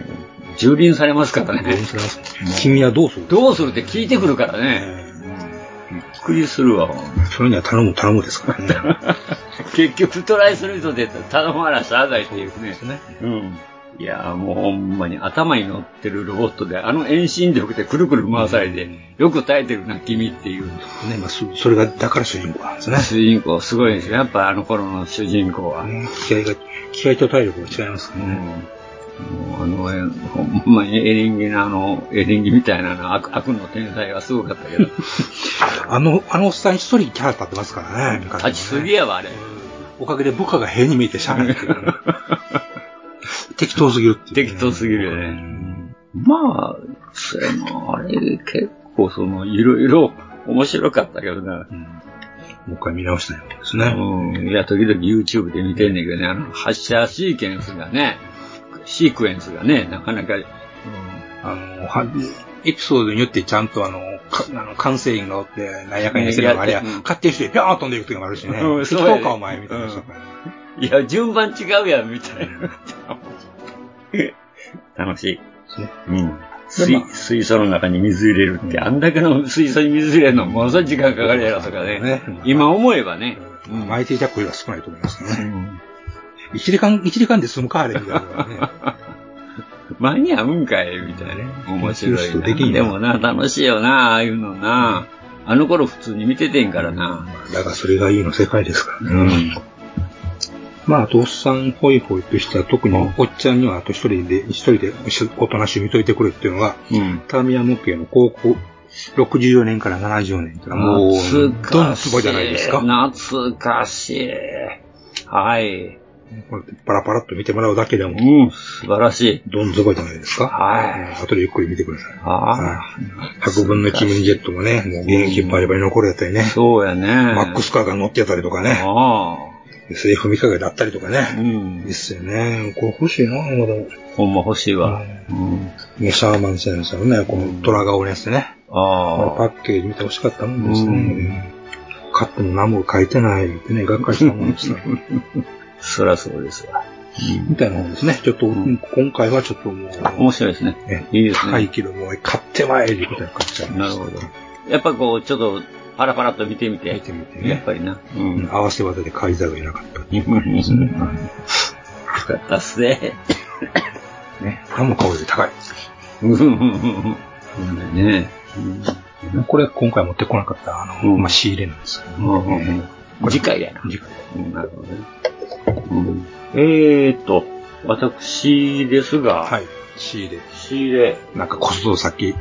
[SPEAKER 9] 蹂躙されますから
[SPEAKER 10] どう
[SPEAKER 9] ね。
[SPEAKER 10] するんですか君はどうする
[SPEAKER 9] どうするって聞いてくるからね。びっくりするわ。
[SPEAKER 10] それには頼む、頼むですからね。
[SPEAKER 9] 結局トライする人で頼まなしゃあないっていうね。うん。いやーもうほんまに頭に乗ってるロボットで、あの遠心力でくるくる回されて、よく耐えてるな、君っていう。
[SPEAKER 10] ね、まあ、そそれが、だから主人公なんですね。
[SPEAKER 9] 主人公、すごいですよ。やっぱあの頃の主人公は。
[SPEAKER 10] ね気合が、気合と体力が違いますか
[SPEAKER 9] う
[SPEAKER 10] ら
[SPEAKER 9] ん。
[SPEAKER 10] ね。
[SPEAKER 9] もうあの、えほんまにエリンギのあの、エリンギみたいなの悪悪の天才はすごかったけど、
[SPEAKER 10] あの、あのおっさん一人キャラ立ってますからね、味方にね
[SPEAKER 9] 立ちすぎやわ、あれ。
[SPEAKER 10] おかげで部下が塀に見えてしゃべるっていう ね。適当すぎるっていうね
[SPEAKER 9] 適当すぎるよね。まあ、それも、あれ、結構その、いろいろ面白かったけどな。
[SPEAKER 10] もう一回見直したいわけですね。
[SPEAKER 9] うん。いや、時々 YouTube で見てんねんけどね、あの、発射シーケンスがね、シークエンスがね、なかなか、うん、
[SPEAKER 10] あの、はエピソードによってちゃんとあの、かあの感性員がおって、なんやかんやしてるのがあれや
[SPEAKER 9] ねやってうん、
[SPEAKER 10] 勝手に一人でピョーン飛んでいく時もあるしね。
[SPEAKER 9] うん
[SPEAKER 10] 適
[SPEAKER 9] そうやね
[SPEAKER 10] 当かお前みたいな人からね
[SPEAKER 9] いや、順番違うやん、みたいな。楽しい。うん。水水槽の中に水入れるって、あんだけの水槽に水入れるの、ものすごい時間かかるやろとかね。
[SPEAKER 10] ね
[SPEAKER 9] 今思えばね。
[SPEAKER 10] うんマイティジャックよりは少ないと思いますけどね。一時間、一時間で済むか、あれみたいなね。
[SPEAKER 9] 間に合うんかいみたいなね。面白い
[SPEAKER 10] できん
[SPEAKER 9] な。
[SPEAKER 10] の
[SPEAKER 9] でもな、楽しいよな、ああいうのな。あの頃普通に見ててんからな。
[SPEAKER 10] だがそれがいいの世界ですからね。
[SPEAKER 9] うん。
[SPEAKER 10] まあ、お父さんホイホイとしては特におっちゃんにはあと一人で、一人でおとなしい見といてくれっていうのが、
[SPEAKER 9] うん。
[SPEAKER 10] ターミヤ模型の高校、64年から70年っていうのはもう、ど
[SPEAKER 9] 懐
[SPEAKER 10] ん
[SPEAKER 9] か
[SPEAKER 10] ど
[SPEAKER 9] し
[SPEAKER 10] つ
[SPEAKER 9] い。
[SPEAKER 10] ぼじゃないですか。
[SPEAKER 9] 懐かしい。はい。
[SPEAKER 10] これパラパラっと見てもらうだけでも、
[SPEAKER 9] うん、素晴らしい。
[SPEAKER 10] どんずぼじゃないですか。
[SPEAKER 9] はい。
[SPEAKER 10] 後でゆっくり見てください。
[SPEAKER 9] あ
[SPEAKER 10] 100分の1ミリジェットもね、もう現役バリバリ残るやったりね
[SPEAKER 9] あ、、そうやね。
[SPEAKER 10] マックスカーが乗ってたりとかね、
[SPEAKER 9] ああ。
[SPEAKER 10] SF 見かけだったりとか
[SPEAKER 9] う
[SPEAKER 10] ね。いい
[SPEAKER 9] ん
[SPEAKER 10] っ。すよね。これ欲しいな、まだ。
[SPEAKER 9] ほんま欲しいわ。うん。
[SPEAKER 10] ね、シャーマン先生のね、この虎顔のやつね。
[SPEAKER 9] あ
[SPEAKER 10] パ
[SPEAKER 9] あ。
[SPEAKER 10] ッケージ見て欲しかったもんですね。買っても何も書いてないってね、がっかりしたもんで した。
[SPEAKER 9] そらそうですわ。
[SPEAKER 10] みたいなもんですね。ちょっと、
[SPEAKER 9] ん
[SPEAKER 10] 今回はちょっともう、
[SPEAKER 9] 面白いですね。
[SPEAKER 10] ね
[SPEAKER 9] いいですね
[SPEAKER 10] 高いけどもう買ってまえっていうことに買っちゃいま
[SPEAKER 9] なる
[SPEAKER 10] した
[SPEAKER 9] ほど。やっぱこう、ちょっと、パラパラっと見てみて。
[SPEAKER 10] 見てみて
[SPEAKER 9] やっ
[SPEAKER 10] ね。
[SPEAKER 9] ぱりな。う
[SPEAKER 10] うん
[SPEAKER 9] ん。
[SPEAKER 10] 合わせ技で買いざるを得なかった。
[SPEAKER 9] うん安かったっすね。
[SPEAKER 10] ね。これも買うより高いです。
[SPEAKER 9] うんうんうんうん。ね
[SPEAKER 10] これ今回持ってこなかった、あの、まあ、仕入れなんですけど、
[SPEAKER 9] うんうんうん
[SPEAKER 10] ね
[SPEAKER 9] 次回だな。
[SPEAKER 10] 次回。
[SPEAKER 9] うんなるほどね。うんえーっと、私ですが、
[SPEAKER 10] はい。仕入れ。
[SPEAKER 9] 仕入れ、
[SPEAKER 10] なんかこそこそさっき、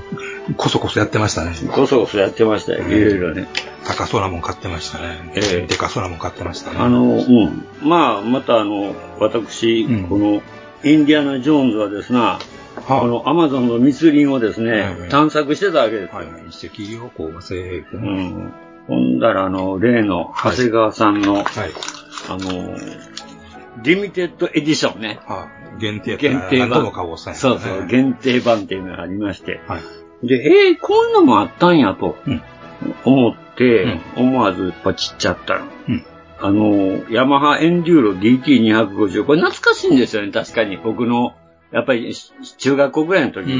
[SPEAKER 10] こそこそやってましたね。
[SPEAKER 9] こそこそやってましたよ、いろいろね。
[SPEAKER 10] 高そうなもん買ってましたね。
[SPEAKER 9] ええ
[SPEAKER 10] でかそうなもん買ってましたね。
[SPEAKER 9] あの、うん。まあ、またあの、私、
[SPEAKER 10] うん
[SPEAKER 9] この、インディアナ・ジョーンズはですな、
[SPEAKER 10] はあ
[SPEAKER 9] このアマゾンの密林をですね、
[SPEAKER 10] うん
[SPEAKER 9] 探索してたわけですよ。
[SPEAKER 10] はいはい。一石をこう、忘れて、
[SPEAKER 9] う
[SPEAKER 10] ね
[SPEAKER 9] ん。ほんだら、あの、例の、長谷川さんの、
[SPEAKER 10] はい。
[SPEAKER 9] あの、リミテッドエディションね。
[SPEAKER 10] はあ、限定やったら
[SPEAKER 9] 限定版。
[SPEAKER 10] 何度も買おうさんやから
[SPEAKER 9] そう
[SPEAKER 10] ね
[SPEAKER 9] そう、限定版っていうのがありまして。
[SPEAKER 10] はい。
[SPEAKER 9] で、えー、こんなもんあったんやと
[SPEAKER 10] うん
[SPEAKER 9] 思って、思わずパチっちゃったの。
[SPEAKER 10] うん
[SPEAKER 9] あの、ヤマハエンデューロ DT250、これ懐かしいんですよね、確かに。僕の、やっぱりし中学校ぐらいの時、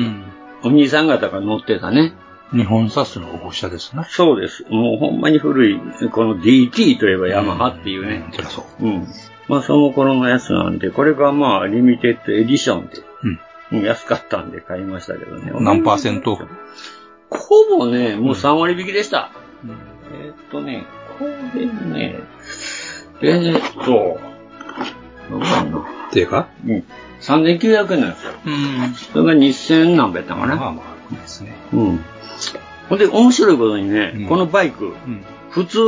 [SPEAKER 9] お兄さん方が乗ってたね。
[SPEAKER 10] 日本サスの保護者ですね。
[SPEAKER 9] そうです。もうほんまに古い、この DT といえばヤマハっていうね
[SPEAKER 10] ん。そりゃそう。
[SPEAKER 9] うん。まあその頃のやつなんで、これがまあリミテッドエディションで、うん安かったんで買いましたけどね。
[SPEAKER 10] 何パーセントオフ
[SPEAKER 9] ほぼね、もう3割引きでした。えーっとね、これね、えーっと、どうかな。
[SPEAKER 10] っていうか
[SPEAKER 9] うん。3900円なんですよ。
[SPEAKER 10] うん。
[SPEAKER 9] それが2000何べったか
[SPEAKER 10] まあま
[SPEAKER 9] な。
[SPEAKER 10] あ、いいですね。
[SPEAKER 9] うん。ほんで、面白いことにね、
[SPEAKER 10] うん
[SPEAKER 9] このバイク、
[SPEAKER 10] うん。
[SPEAKER 9] 普通、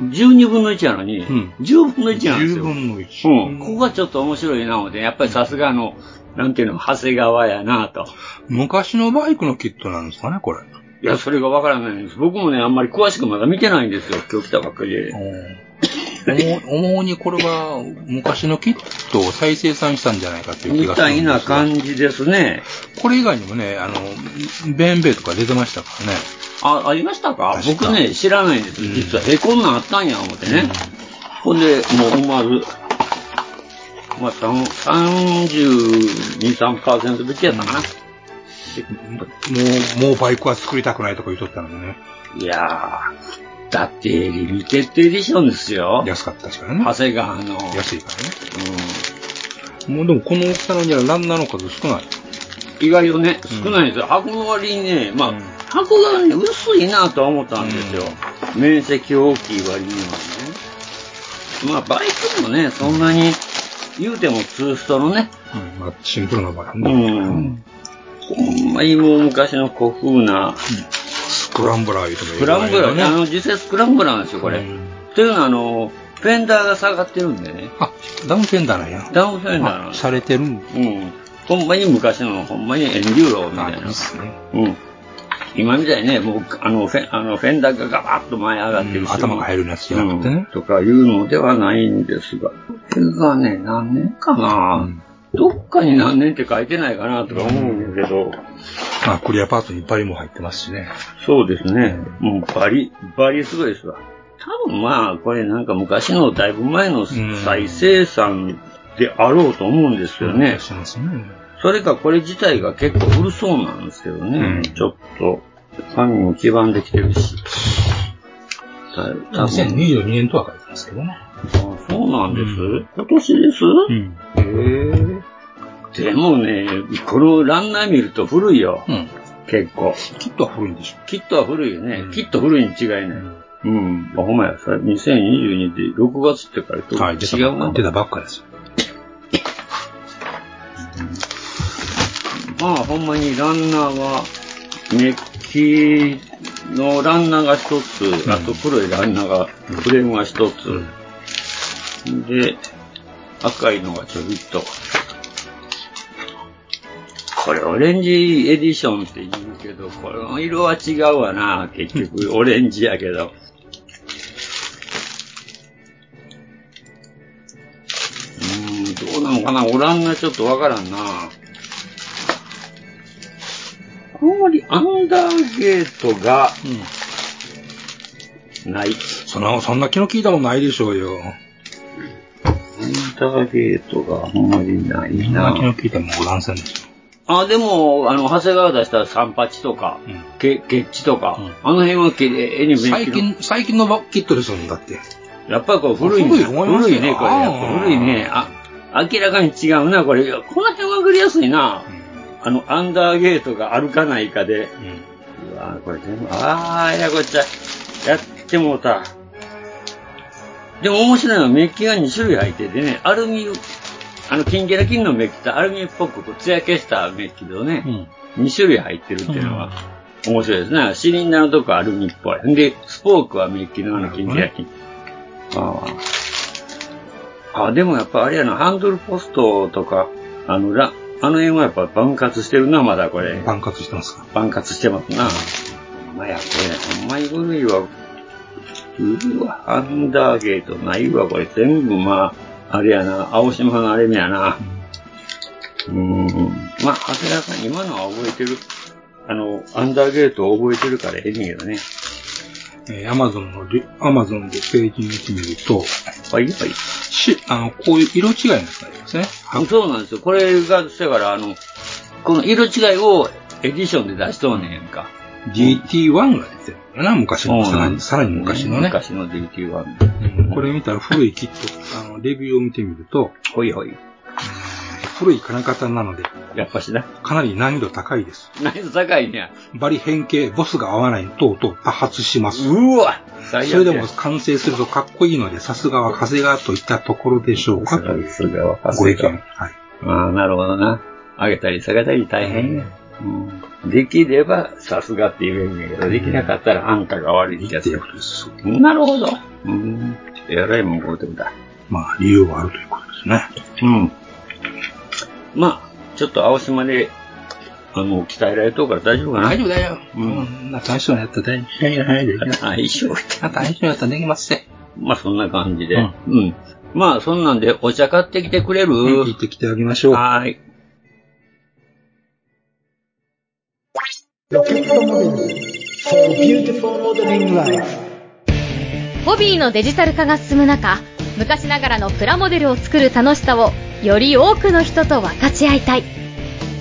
[SPEAKER 9] 12分の1なのに、
[SPEAKER 10] ん
[SPEAKER 9] 10分の1なんです
[SPEAKER 10] 10
[SPEAKER 9] よ。
[SPEAKER 10] 分の1。
[SPEAKER 9] うん、ここがちょっと面白いなので、やっぱりさすがの、なんていうの、長谷川やなと。
[SPEAKER 10] 昔のバイクのキットなんですかね、これ。
[SPEAKER 9] いや、それがわからないんです。僕もね、あんまり詳しくまだ見てないんですよ。今日来たばっかりで。
[SPEAKER 10] 思う思うにこれは昔のキットを再生産したんじゃないかっていう気
[SPEAKER 9] み
[SPEAKER 10] がする
[SPEAKER 9] た
[SPEAKER 10] んです
[SPEAKER 9] い
[SPEAKER 10] よ
[SPEAKER 9] な感じですね。
[SPEAKER 10] これ以外にもね、あの、ベンベイとか出てましたからね。
[SPEAKER 9] あ、ありましたか
[SPEAKER 10] 確か
[SPEAKER 9] 僕ね、知らないんです。
[SPEAKER 10] うん
[SPEAKER 9] 実は、へこんなんあったんや、思ってね。ほんで、もう思わず、まあ、さん32、3%引きやったかな。
[SPEAKER 10] もう、もうバイクは作りたくないとか言うとったのでね。
[SPEAKER 9] いやー、だって、リミテッドエディションですよ。
[SPEAKER 10] 安かったですからね。
[SPEAKER 9] 長谷川の。
[SPEAKER 10] 安いからね。
[SPEAKER 9] う
[SPEAKER 10] もうでもこの大きさのにはランナーの数少ない。
[SPEAKER 9] ん、意外とね、少ないんですよ。箱の割にね、まあ、
[SPEAKER 10] うん
[SPEAKER 9] 箱がね、薄いなとは思ったんですよ。面積大きい割にはね。まあ、バイクもね、そんなに、言うてもツーストのね、
[SPEAKER 10] うん、まあシンプルなバイク
[SPEAKER 9] う
[SPEAKER 10] ね。
[SPEAKER 9] ん。ほんまにもう昔の古風な、
[SPEAKER 10] スクランブラー言うてもい
[SPEAKER 9] ス
[SPEAKER 10] い
[SPEAKER 9] クランブラー、
[SPEAKER 10] ぐら
[SPEAKER 9] あ
[SPEAKER 10] いのね。
[SPEAKER 9] の、実際スクランブラーなんですよ、これ。
[SPEAKER 10] うん
[SPEAKER 9] というのは、あの、フェンダーが下がってるんでね、
[SPEAKER 10] あ、ダウンフェンダーなんや。
[SPEAKER 9] ダウンフェンダーな
[SPEAKER 10] あ、
[SPEAKER 9] んです
[SPEAKER 10] されてる。
[SPEAKER 9] うん。ほんまに昔の、ほんまにエンデューロみた
[SPEAKER 10] あ、
[SPEAKER 9] い
[SPEAKER 10] いい
[SPEAKER 9] な
[SPEAKER 10] っ。すね。
[SPEAKER 9] うん。今みたいにね、もう、あの、フェンあのフェンダーがガバッと前上がって
[SPEAKER 10] う
[SPEAKER 9] る
[SPEAKER 10] ん頭が入
[SPEAKER 9] る
[SPEAKER 10] るやつじゃなくてね。
[SPEAKER 9] とかいうのではないんですが、これがね、何年かな、
[SPEAKER 10] うん
[SPEAKER 9] どっかに何年って書いてないかなとか思うんだけど、
[SPEAKER 10] まあ、クリアパーツにバリも入ってますしね。
[SPEAKER 9] そうですね。もうバリ、バリすごいですわ。多分まあ、これなんか昔のだいぶ前の
[SPEAKER 10] ん
[SPEAKER 9] 再生産であろうと思うんですよね。
[SPEAKER 10] しますね。
[SPEAKER 9] それかこれ自体が結構古そうなんですけどね。
[SPEAKER 10] うん
[SPEAKER 9] ちょっと、紙も黄ばんできてるし。た多分
[SPEAKER 10] 2022年とは書いてますけどね。
[SPEAKER 9] あそうなんです、
[SPEAKER 10] うん
[SPEAKER 9] 今年です、
[SPEAKER 10] うん。
[SPEAKER 9] でもね、このランナー見ると古いよ。
[SPEAKER 10] うん。
[SPEAKER 9] 結構。
[SPEAKER 10] キットは古いんでしょ。
[SPEAKER 9] キットは古いよね。
[SPEAKER 10] うん
[SPEAKER 9] キット古いに違いない。
[SPEAKER 10] ん
[SPEAKER 9] うん。あ、ほんまや。それ2022で6月って書いて
[SPEAKER 10] はい、出た
[SPEAKER 9] 違う
[SPEAKER 10] ばっ
[SPEAKER 9] な
[SPEAKER 10] か。出たばっかですよ。
[SPEAKER 9] まあ、ほんまにランナーは、メッキのランナーが一つ、あと黒いランナーが、フレームが一つ、で、赤いのがちょびっと。これオレンジエディションって言うけど、この色は違うわな、結局。オレンジやけど。うーん、どうなのかなオランダちょっとわからんな。あんまりアンダーゲートが
[SPEAKER 10] うん。
[SPEAKER 9] ない。
[SPEAKER 10] そんな、そんな気の利いたもんないでしょうよ。
[SPEAKER 9] アンダーゲートがあんまりない
[SPEAKER 10] そんな気
[SPEAKER 9] な。
[SPEAKER 10] の利いたもんござんせんでし
[SPEAKER 9] あ、でも、あの、長谷川出した三八とか、けケッチとか、
[SPEAKER 10] うん
[SPEAKER 9] あの辺は綺麗に
[SPEAKER 10] ょ。
[SPEAKER 9] 勉
[SPEAKER 10] 最
[SPEAKER 9] 強。
[SPEAKER 10] 近、最近のバキットですもんだって。
[SPEAKER 9] やっぱりこう古いね。
[SPEAKER 10] 古い思いますよ
[SPEAKER 9] 古いね、これ。やっぱ古いね。あ、明らかに違うな、これ。いやこの辺分かりやすいな。あの、アンダーゲートが歩かないかで。うわこれ全部、あー、えらいこっちゃ。やってもうた。でも面白いのはメッキが2種類入っててね、アルミ、あの、キンゲラキンのメッキとアルミっぽくこう艶消したメッキとね、2種類入ってるっていうのは面白いですね。シリンダーのとこアルミっぽい。で、スポークはメッキのあのキンゲラキン。ああ。あ、でもやっぱあれやな、ハンドルポストとか、あの、らあの辺はやっぱ万活してるな、まだこれ。
[SPEAKER 10] 万活してますか
[SPEAKER 9] 万活してますな。まあや、これ、ほんまに古いわ。古いわ。アンダーゲートないわ、これ。全部まあ、あれやな。青島のあれみやな。うーん。まあ、長谷川さん、今のは覚えてる。あの、アンダーゲートを覚えてるからええねんけどね。
[SPEAKER 10] えー、Amazon のリ、Amazon でページ見てみると、
[SPEAKER 9] はい、はい。
[SPEAKER 10] し、あの、こういう色違いのやつがありますね。
[SPEAKER 9] そうなんですよ。これが、だから、あの、この色違いをエディションで出しとんねんやんか。
[SPEAKER 10] GT1 が出てるのかな昔の、
[SPEAKER 9] そう
[SPEAKER 10] さ
[SPEAKER 9] な
[SPEAKER 10] ら
[SPEAKER 9] んで
[SPEAKER 10] に、
[SPEAKER 9] す
[SPEAKER 10] さらに昔のね。
[SPEAKER 9] 昔の DT1。
[SPEAKER 10] うんこれ見たら古いキット、あの、レビューを見てみると、
[SPEAKER 9] ほいほい。
[SPEAKER 10] 古い金型なので、
[SPEAKER 9] やっぱしな。
[SPEAKER 10] かなり難易度高いです。
[SPEAKER 9] 難易度高いねや。
[SPEAKER 10] バリ変形、ボスが合わない等々多発します。
[SPEAKER 9] うわ最悪
[SPEAKER 10] それでも完成するとかっこいいので、さすがは長谷川といったところでしょうかという
[SPEAKER 9] それが分か
[SPEAKER 10] ご意見。はい。
[SPEAKER 9] ああ、なるほどな。上げたり下げたり大変や。うん、できればさすがって言えるんやけど、できなかったらあんたが悪いってや
[SPEAKER 10] って
[SPEAKER 9] つ
[SPEAKER 10] いう
[SPEAKER 9] や
[SPEAKER 10] こ。とです。
[SPEAKER 9] なるほど。うん。えらいもんこれてもだ。
[SPEAKER 10] まあ、理由はあるということですね。
[SPEAKER 9] うん。まあ、ちょっと青島で、あの、鍛えられとうから大丈夫かな
[SPEAKER 10] 大丈夫だよ。
[SPEAKER 9] う
[SPEAKER 10] うんん。な、大将やったら大丈夫。大丈夫。
[SPEAKER 9] あ、一緒。
[SPEAKER 10] な、大丈夫やったらできますって。
[SPEAKER 9] まあ、そんな感じで。う
[SPEAKER 10] うんん。
[SPEAKER 9] まあ、そんなんで、お茶買ってきてくれる、
[SPEAKER 10] 聞いてきてあげましょう。
[SPEAKER 9] はーい。
[SPEAKER 11] ホビーのデジタル化が進む中昔ながらのプラモデルを作る楽しさをより多くの人と分かち合いたい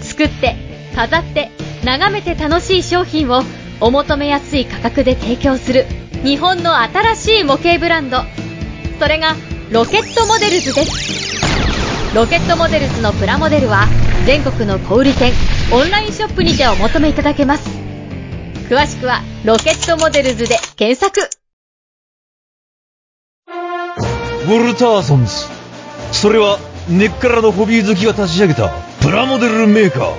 [SPEAKER 11] 作って飾って眺めて楽しい商品をお求めやすい価格で提供する日本の新しい模型ブランドそれがロケットモデルズですロケットモデルズのプラモデルは全国の小売店オンラインショップにてお求めいただけます詳しくは「ロケットモデルズ」で検索
[SPEAKER 12] ウォルターソンズそれは根っからのホビー好きが立ち上げたプラモデルメーカー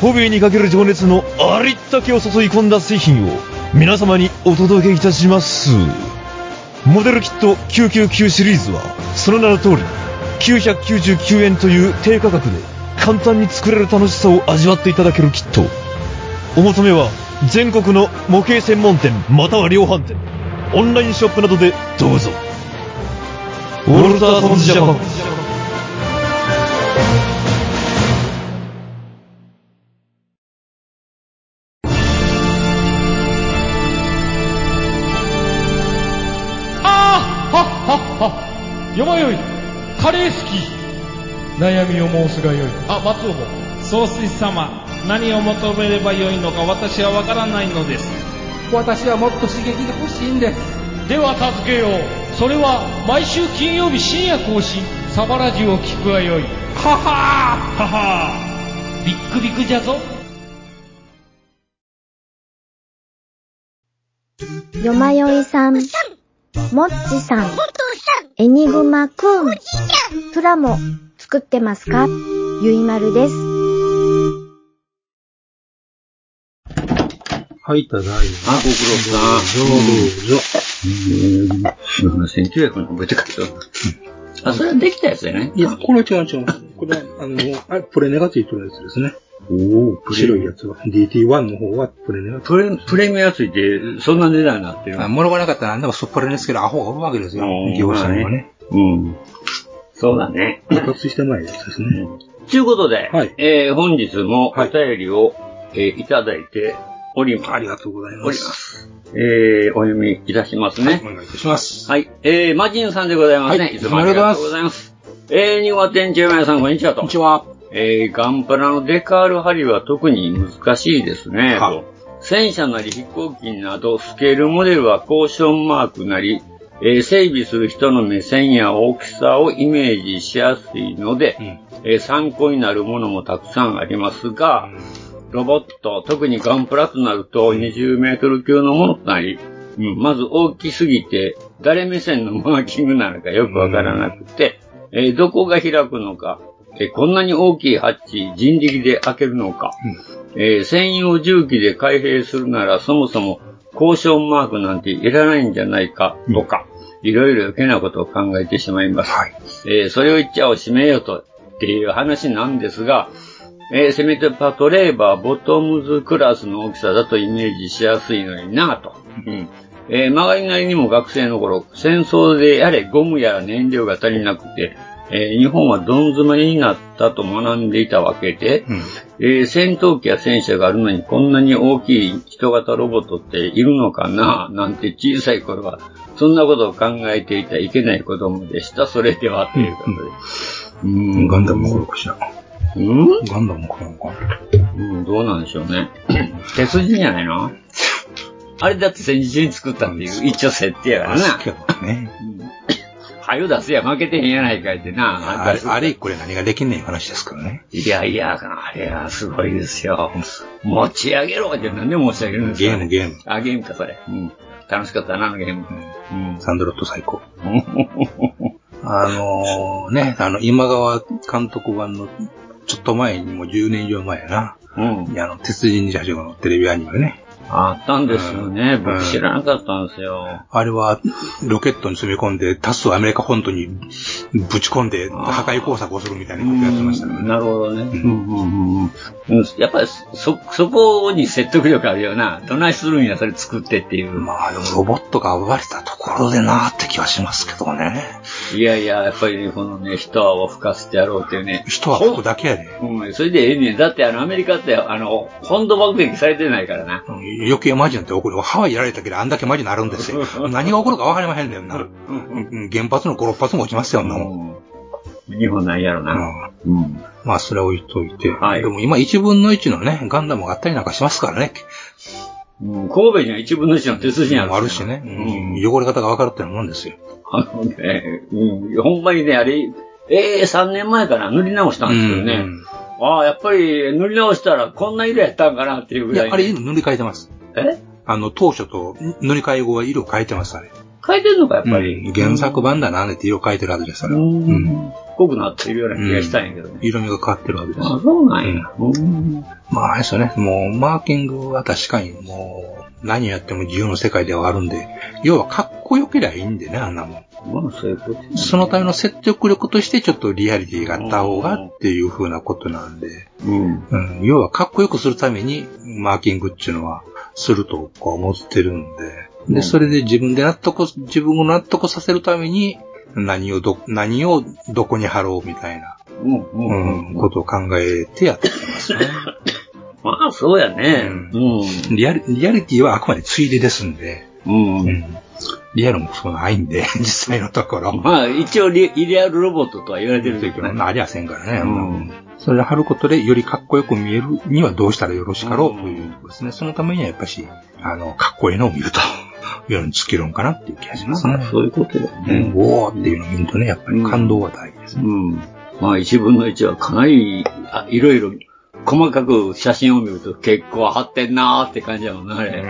[SPEAKER 12] ホビーにかける情熱のありったけを注い込んだ製品を皆様にお届けいたしますモデルキット999シリーズはその名の通り999円という低価格で簡単に作れる楽しさを味わっていただけるキットお求めは全国の模型専門店または量販店オンラインショップなどでどうぞウォルターソンズジャパン
[SPEAKER 13] ああはっはっはよまよいカレー好き
[SPEAKER 14] 悩みを申すがよい
[SPEAKER 13] あ松尾も総帥様何を求めればよいのか私はわからないのです私はもっと刺激が欲しいんですでは助けようそれは毎週金曜日深夜更新サバラジを聞くがよいははははビックビックじゃぞ
[SPEAKER 7] よまよいさん、もっちさん、エニグマくん、プラモ作ってますかゆいまるです。
[SPEAKER 10] はい、ただいま。
[SPEAKER 9] あ、ご苦労さん。どうぞ。1900の覚えて書いてあるあ、それはできたやつだよね。
[SPEAKER 10] いや、これは違う違う。これは、あの、あプレネがついてるやつですね。
[SPEAKER 9] お
[SPEAKER 10] 白いやつは。DT1 の方はプレネが
[SPEAKER 9] プレ、プレミアついて、そんな値段になってる。
[SPEAKER 10] あ、もろがなかったら、あんなもそっぱらですけど、アホがおるわけですよ
[SPEAKER 9] うん。
[SPEAKER 10] 業者にはね。
[SPEAKER 9] うん。そうだね。
[SPEAKER 10] 復活してないやつですね。
[SPEAKER 9] ということで、えー本日もお便りを、えーいただいております。あ
[SPEAKER 10] りがとうございます。
[SPEAKER 9] おります。えーお読みいたしますね。
[SPEAKER 10] お願いいたします。
[SPEAKER 9] はい。えー、マジンさんでございますね。
[SPEAKER 10] はい
[SPEAKER 9] いつもありがとうございます。えー、にわてんちゅうまやさん、こんにちはと。こんにち
[SPEAKER 10] は。
[SPEAKER 9] えー、ガンプラのデカール針は特に難しいですね、と。戦車なり飛行機など、スケールモデルはコーションマークなり、ええー整備する人の目線や大きさをイメージしやすいので、えー参考になるものもたくさんありますが、ロボット、特にガンプラとなると20メートル級のものとなり、うんまず大きすぎて、誰目線のマーキングなのかよくわからなくて、えーどこが開くのか、えーこんなに大きいハッチ人力で開けるのか、えー専用重機で開閉するならそもそも交渉マークなんていらないんじゃないかとか、いろいろ余計なことを考えてしまいます。えーそれを言っちゃおしめよとっていう話なんですが、えーせめてパトレーバーボトムズクラスの大きさだとイメージしやすいのになぁと。うんえー曲がりなりにも学生の頃、戦争でやれゴムやら燃料が足りなくて、えー日本はどん詰めになったと学んでいたわけで、えー戦闘機や戦車があるのにこんなに大きい人型ロボットっているのかななんて小さい頃は、そんなことを考えていたいけない子供でした。それでは、ということで。うん、ガンダムの頃かしら。うんガンダムの頃か。うん、どうなんでしょうね。 手筋じゃないのあれだって戦時中に作ったっていう、一応設定やからな。
[SPEAKER 10] ね。
[SPEAKER 9] はよ出せや、負けてへんやないかいってな。
[SPEAKER 10] あれ、あれこれ何ができんねん話ですからね。
[SPEAKER 9] いやいや、あれはすごいですよ。持ち上げろって何で持ち上げるんですか、
[SPEAKER 10] ゲームゲーム。
[SPEAKER 9] あ、ゲームか、それ。うん。楽しかったな、あのゲーム。 うん。
[SPEAKER 10] サンドロット最高。あのね、あの、今川監督版の、ちょっと前にもう10年以上前やな。
[SPEAKER 9] うん。
[SPEAKER 10] あの、鉄人28号のテレビアニメね。
[SPEAKER 9] あったんですよ
[SPEAKER 10] う
[SPEAKER 9] ね。
[SPEAKER 10] ん
[SPEAKER 9] 僕知らなかったんですよ。
[SPEAKER 10] あれは、ロケットに詰め込んで、多数アメリカ本土にぶち込んで、破壊工作をするみたいなことやってましたね。
[SPEAKER 9] なるほどね。うんうんうんうんやっぱりそ、そこに説得力あるよな。どないするんや、それ作ってっていう。
[SPEAKER 10] まあ、でもロボットが暴れたところでなーって気はしますけどね。
[SPEAKER 9] いやいや、やっぱりね、このね、一泡を吹かせてやろうっていうね。
[SPEAKER 10] 人はここだけやで。
[SPEAKER 9] うん、それでええねん。だってあの、アメリカって、あの、本土爆撃されてないからな。
[SPEAKER 10] 余計マジなんて起こる。ハワイやられたけど、あんだけマジになるんです よ。何が起こるか分かりまへんだよな。うん原発の5、6発も落ちますよ、あんなもん。
[SPEAKER 9] 日本ないやろな。うん。
[SPEAKER 10] まあ、それは置いといて。でも今、1分の1のね、ガンダムがあったりなんかしますからね。
[SPEAKER 9] うん、神戸には一分の一の手筋ある
[SPEAKER 10] あるしね。うん汚れ方が分かるってもんですよ。
[SPEAKER 9] あのね、うん、ほんまにね、あれ、ええ3年前かな、塗り直したんですけどね。ああ、やっぱり塗り直したらこんな色やったんかなっていうぐ
[SPEAKER 10] い
[SPEAKER 9] らい。
[SPEAKER 10] や、あれ、今塗り替えてます。
[SPEAKER 9] え
[SPEAKER 10] あの、当初と塗り替え後は色を変えてます、あれ。
[SPEAKER 9] 変えてんのか、やっぱり。
[SPEAKER 10] うん原作版だなんでって色変えてるはずです、あれは。うん
[SPEAKER 9] 濃くなってるような気がしたんやけどね。
[SPEAKER 10] 色味が変わってるはずです。
[SPEAKER 9] あそうなんや。
[SPEAKER 10] まあ、あれですよね。もう、マーキングは確かにもう、何をやっても自由の世界ではあるんで、要はかっこよけりゃいいんでね、あんなもん。
[SPEAKER 9] まあ、そういうこと。
[SPEAKER 10] そのための説得力としてちょっとリアリティがあった方がっていう風なことなんで、
[SPEAKER 9] うん。
[SPEAKER 10] うん、要はかっこよくするためにマーキングっていうのはするとこう思ってるんで、
[SPEAKER 9] う
[SPEAKER 10] で、
[SPEAKER 9] ん
[SPEAKER 10] それで自分で納得、自分を納得させるために何をど、何をどこに貼ろうみたいな、
[SPEAKER 9] うん、うん。
[SPEAKER 10] うん、ことを考えてやってますね。
[SPEAKER 9] まあ、そうやね。うん。
[SPEAKER 10] リアリリアリティはあくまでついでですんで、
[SPEAKER 9] うん、
[SPEAKER 10] リアルもそうないんで、 実際のところ。
[SPEAKER 9] まあ、一応リ、リアルロボットとは言われてるけどね。
[SPEAKER 10] ありゃせんからね。それで貼ることでよりかっこよく見えるにはどうしたらよろしかろうということですね。そのためにはやっぱし、あの、かっこいいのを見ると、いうのに尽きるんかなっていう気がしますね。
[SPEAKER 9] そういうことだよね。
[SPEAKER 10] うん、おーっていうのを見るとね、やっぱり感動は大事ですね。
[SPEAKER 9] うん。まあ、一分の一はかなり、あいろいろ、細かく写真を見ると結構張ってんなーって感じやもんな、あれ。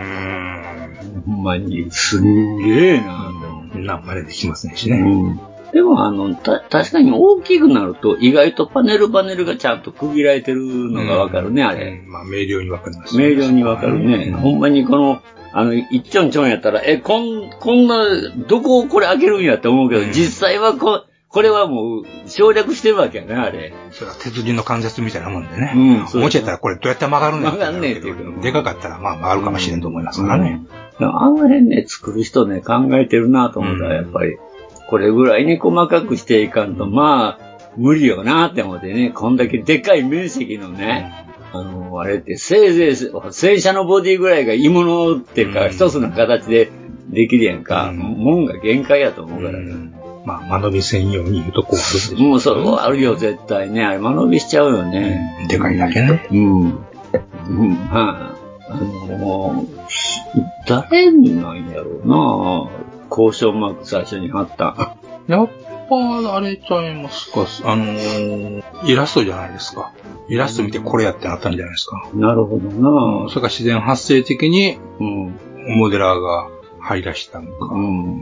[SPEAKER 9] ほんまに、すんげえな
[SPEAKER 10] ーなんまりできませんしね。
[SPEAKER 9] うんでも、あの、た、確かに大きくなると、意外とパネルパネルがちゃんと区切られてるのがわかるね、あれ。
[SPEAKER 10] まあ、明瞭にわかります。
[SPEAKER 9] 明瞭にわかるね。ほんまにこの、あの、一ちょんちょんやったら、え、こん、こんな、どこをこれ開けるんやって思うけど、実際はこ、これはもう省略してるわけやね、あれ。
[SPEAKER 10] それは鉄人の関節みたいなもんでね。
[SPEAKER 9] うんそう
[SPEAKER 10] 持ちやったらこれどうやって曲がるんだ
[SPEAKER 9] 曲がんねえっていう
[SPEAKER 10] でかかったらまあ曲がるかもしれんと思いますからね。
[SPEAKER 9] あの辺ね、作る人ね、考えてるなと思ったら、やっぱり、これぐらいに細かくしていかんと、まあ、無理よなって思ってね、こんだけでかい面積のね、あの、あれって、せいぜい、戦車のボディぐらいが鋳物っていうか、一つの形でできるやんか、もんが限界やと思うからね。
[SPEAKER 10] まあ、間延び専用に言うとこうあるんでしょ
[SPEAKER 9] もうそう、あるよ、絶対ね。あれ、間延びしちゃうよね。
[SPEAKER 10] でかいだけね。
[SPEAKER 9] うん。うん、まあ、あのー、誰なんやろうな交渉マーク最初に貼った。
[SPEAKER 10] やっぱ、あれちゃいますか。あのー、イラストじゃないですか。イラスト見てこれやってなったんじゃないですか。
[SPEAKER 9] なるほどな、
[SPEAKER 10] うん、それが自然発生的に、
[SPEAKER 9] うん、
[SPEAKER 10] モデラーが入らしたのか、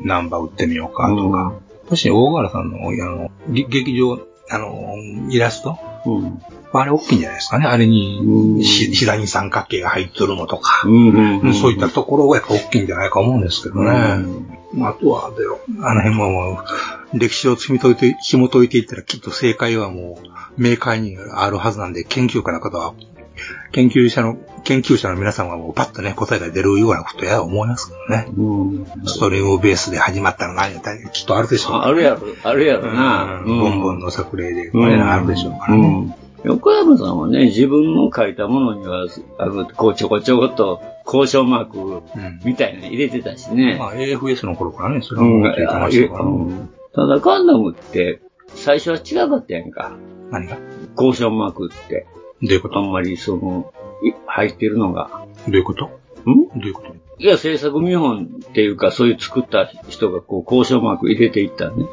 [SPEAKER 10] ナンバー打ってみようかとか。確かに大原さんの、あの、げ劇場、あのー、イラスト、
[SPEAKER 9] うん、
[SPEAKER 10] あれ大きいんじゃないですかね。あれに、し左に三角形が入っとるのとか、
[SPEAKER 9] うんうんうん
[SPEAKER 10] そういったところがやっぱ大きいんじゃないか思うんですけどね。まあ、あとは、だよ、あの辺はもう、歴史を積み解いて、紐解いていったらきっと正解はもう、明快にあるはずなんで、研究家の方は、研究者の、研究者の皆さんはもうパッとね、答えが出るようなことやと思いますけどね。ストリームベースで始まったの何やったらきっとあるでしょう、
[SPEAKER 9] あるやろ、あるやろな。
[SPEAKER 10] うんボンボンの作例で、これがあるでしょうからね。
[SPEAKER 9] 横山さんはね、自分の書いたものには、あの、こうちょこちょこっと交渉マークみたいなの入れてたしね。
[SPEAKER 10] まあ、AFS の頃からね、それ
[SPEAKER 9] う
[SPEAKER 10] は
[SPEAKER 9] ん
[SPEAKER 10] もう聞いてましたから、
[SPEAKER 9] うんただガンダムって、最初は違かったやんか。
[SPEAKER 10] 何が
[SPEAKER 9] 交渉マークって。
[SPEAKER 10] どういうこと
[SPEAKER 9] あんまりその、い入ってるのが。
[SPEAKER 10] どういうこと
[SPEAKER 9] ん
[SPEAKER 10] どういうこと
[SPEAKER 9] いや、制作見本っていうか、そういう作った人がこう、交渉マーク入れていったね。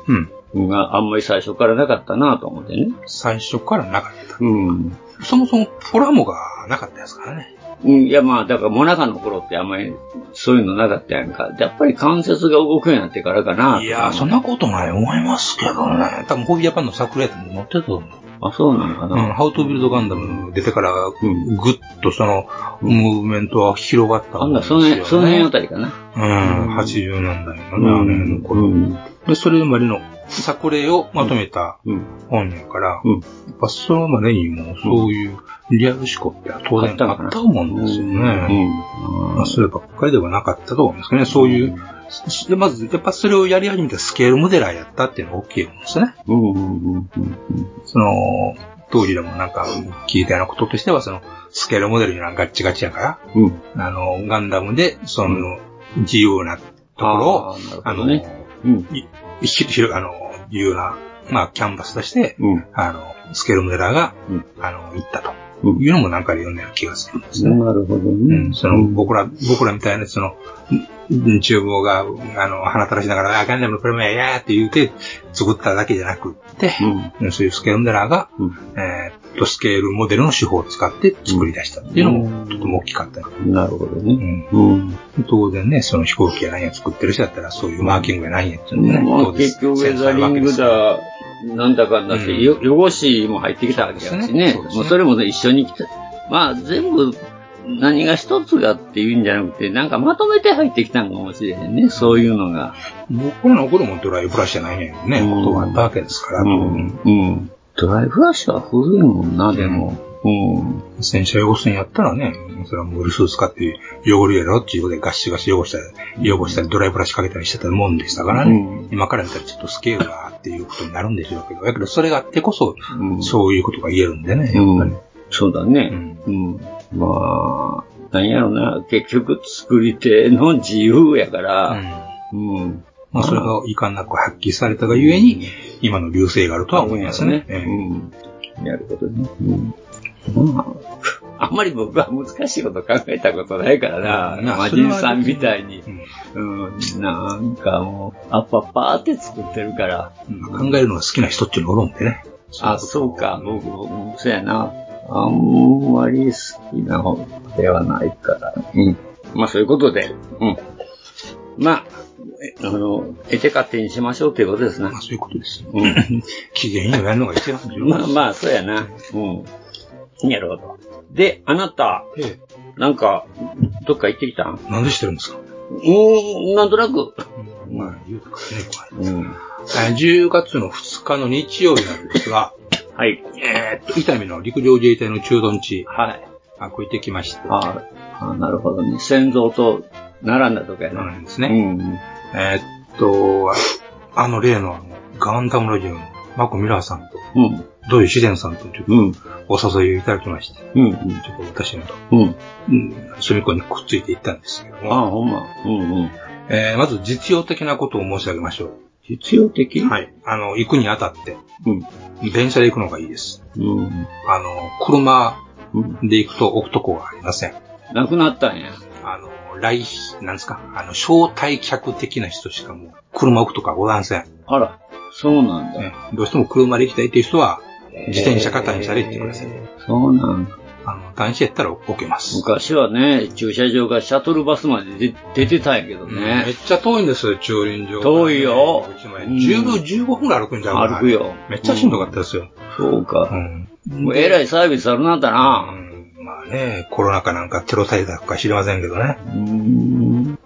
[SPEAKER 10] うん。
[SPEAKER 9] があんまり最初からなかったなと思ってね。
[SPEAKER 10] 最初からなかった。
[SPEAKER 9] うん。
[SPEAKER 10] そもそもプラモがなかったですからね。
[SPEAKER 9] うんいや、まあ、だから、モナカの頃ってあんまりそういうのなかったやんか。やっぱり関節が動くようになってからかな。
[SPEAKER 10] いやー、そんなことない思いますけどね。多分、ホビージャパンの桜やとも載ってたと思う。
[SPEAKER 9] あ、そうなのか
[SPEAKER 10] うん、ハウトビルドガンダム出てから、ぐっとその、ムーブメントは広がった
[SPEAKER 9] あん
[SPEAKER 10] ん
[SPEAKER 9] な、
[SPEAKER 10] です
[SPEAKER 9] そ
[SPEAKER 10] よ、
[SPEAKER 9] の
[SPEAKER 10] ね。
[SPEAKER 9] 辺、その辺あたりかな。
[SPEAKER 10] うん、80年代のね、あの辺の頃。で、それまでの作例をまとめた本やから、やっぱそれまでにもそういうリアル思考って当然あったと思うんですよね。まあ、そればっかりではなかったと思うんですけどね、そういう、で、まず、やっぱそれをやり始めたスケールモデラーやったっていうのが大きいと思うんですね。その、当時でもなんか聞いたようなこととしては、その、スケールモデルにはガッチガチやから、あの、ガンダムで、その、自由なところを、あの、いひひろあの、自由な、まあ、キャンバスとして、あの、スケールモデラーが、あの、行ったと。いうのもなんかで読んだような気がするんですね。
[SPEAKER 9] なるほどね。
[SPEAKER 10] その、僕ら、僕らみたいな、その、ん厨房が、あの、鼻垂らしながら、あ、ガンダムのプラモや、やーって言うて、作っただけじゃなくって、そういうスケールモデラーが、えーっと、スケールモデルの手法を使って作り出したっていうのも、とても大きかった。
[SPEAKER 9] なるほどね。
[SPEAKER 10] 当然ね、その飛行機や何や作ってる人だったら、そういうマーキングや何やっていうのもね、
[SPEAKER 9] まあ、
[SPEAKER 10] 当然
[SPEAKER 9] 結局、ウェザリングだ、なんだかんだって、よ汚しも入ってきたわけだしね。もうそれもね一緒に来た。まあ、全部、何が一つがっていうんじゃなくて、なんかまとめて入ってきたんかもしれへんね、そういうのが。
[SPEAKER 10] 僕らの頃もドライブラシじゃないねんけどね、ことがあったわけですから。
[SPEAKER 9] うん。うん。ドライブラシは古いもんな、でも。
[SPEAKER 10] うん。洗車汚すんやったらね、それはもうウルスーツ買って汚れやろっていうことでガッシガシ汚したり、汚したりドライブラシかけたりしてたもんでしたからね。今から見たらちょっとスケールがっていうことになるんでしょうけど、だけどそれがあってこそ、そういうことが言えるんでね、やっぱり。
[SPEAKER 9] そうだね。うん。まあ、なんやろな、結局作り手の自由やから、うん。
[SPEAKER 10] まあそれが遺憾なく発揮されたがゆえに、今の流星があるとは思いますね。
[SPEAKER 9] うん。なるほどね。まあ、 あんまり僕は難しいこと考えたことないからな、マジンさんみたいに。うん、なんかもう、アッパッパーって作ってるから。
[SPEAKER 10] 考えるのが好きな人っていうのがおるんでね。
[SPEAKER 9] あ、そうか、僕、僕、そうやな。あんまり好きな方ではないから。うん。まあ、そういうことで、うん。まあ、えあの、得て勝手にしましょうということですね。まあ、
[SPEAKER 10] そういうことです。
[SPEAKER 9] うん。
[SPEAKER 10] 機嫌いいのやるのが一番重要
[SPEAKER 9] まあまあ、そうやな。うん。なるほど。で、あなた、なんか、どっか行ってきたん
[SPEAKER 10] なんでしてるんですか
[SPEAKER 9] うーん、なんとなく。
[SPEAKER 10] まあ、言うとかね、えー10月の2日の日曜日なんですが、
[SPEAKER 9] はい。
[SPEAKER 10] えーっと、伊丹の陸上自衛隊の駐屯地、
[SPEAKER 9] はい。
[SPEAKER 10] あ、こう行ってきました。
[SPEAKER 9] ああ、なるほどね。先祖と並んだとかやな。
[SPEAKER 10] なんですね。えーっと、ああの例のあのガンダムラジオのマコ・ミラーさんと、
[SPEAKER 9] うん。
[SPEAKER 10] どういう自然さんとちょっとお誘いをいただきまして、
[SPEAKER 9] うん、
[SPEAKER 10] ちょっと私の、
[SPEAKER 9] うん、
[SPEAKER 10] 隅っこにくっついていったんですけども、
[SPEAKER 9] ああ、ほんま。うんうん。
[SPEAKER 10] えーまず実用的なことを申し上げましょう。
[SPEAKER 9] 実用的
[SPEAKER 10] はい。あの、行くにあたって、
[SPEAKER 9] うん。
[SPEAKER 10] 電車で行くのがいいです。
[SPEAKER 9] うん。
[SPEAKER 10] あの、車で行くと置くとこがありません。
[SPEAKER 9] なくなったんや。
[SPEAKER 10] あの、来、なんですか、あの、招待客的な人しかもう、車置くとかござんせん。
[SPEAKER 9] あら、そうなんだ。
[SPEAKER 10] どうしても車で行きたいっていう人は、自転車型にしたりってください。
[SPEAKER 9] そうなんだ。
[SPEAKER 10] あの、男子やったら OK ます。
[SPEAKER 9] 昔はね、駐車場がシャトルバスまで出出てたんやけどね。
[SPEAKER 10] めっちゃ遠いんですよ、駐輪場。
[SPEAKER 9] 遠いよ。
[SPEAKER 10] 十分15分ぐらい歩くんじゃうかな
[SPEAKER 9] 歩くよ。
[SPEAKER 10] めっちゃしんどかったですよ。
[SPEAKER 9] そうか。もうえらいサービスあるなったな。
[SPEAKER 10] まあね、コロナかなんかテロ対策か知りませんけどね。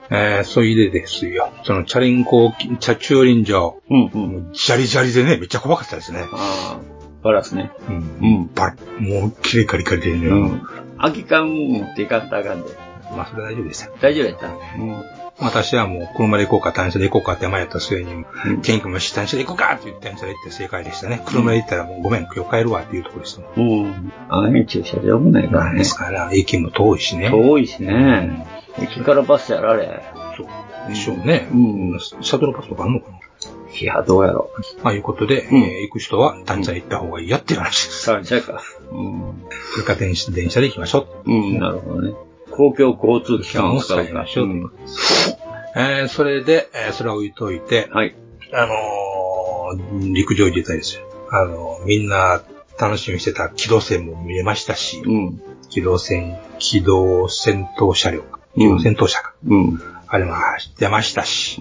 [SPEAKER 10] えー、そいでですよ。そのチャリンコ、チャ駐輪場。
[SPEAKER 9] うん
[SPEAKER 10] ジャリジャリでね、めっちゃ怖かったですね。
[SPEAKER 9] あバラスね。
[SPEAKER 10] うん。うん、バラ、もうキレカリカリでね。
[SPEAKER 9] 空き缶持っていかんとあかんで。
[SPEAKER 10] まあ、それは大丈夫でした。
[SPEAKER 9] 大丈夫やった。
[SPEAKER 10] 私はもう車で行こうか、単車で行こうかって迷った末に、ケン君もし単車で行こうかって言って単車で行って正解でしたね。車で行ったらもうごめん、今日帰るわっていうところでしたもん。
[SPEAKER 9] うん。あの辺駐車場もないからね。
[SPEAKER 10] ですから、駅も遠いしね。
[SPEAKER 9] 遠いしね。駅からバスやられ。
[SPEAKER 10] そう。でしょうね。うん。シャトルパスとかあんのかない
[SPEAKER 9] や、どうやろ
[SPEAKER 10] まあ、いうことで、えー行く人は単車で行った方がいいやっていう話です。
[SPEAKER 9] 単車か。うん。
[SPEAKER 10] それか電車電車で行きましょう。
[SPEAKER 9] うん、なるほどね。公共交通機関を使うか。うん
[SPEAKER 10] えー、それで、えーそれは置いといて、
[SPEAKER 9] はい。
[SPEAKER 10] あのー、陸上自衛隊ですよ。あのー、みんな楽しみにしてた機動戦も見れましたし、機動戦、機動戦闘車両か、機動戦闘車か、
[SPEAKER 9] うん。
[SPEAKER 10] あれも走ってましたし、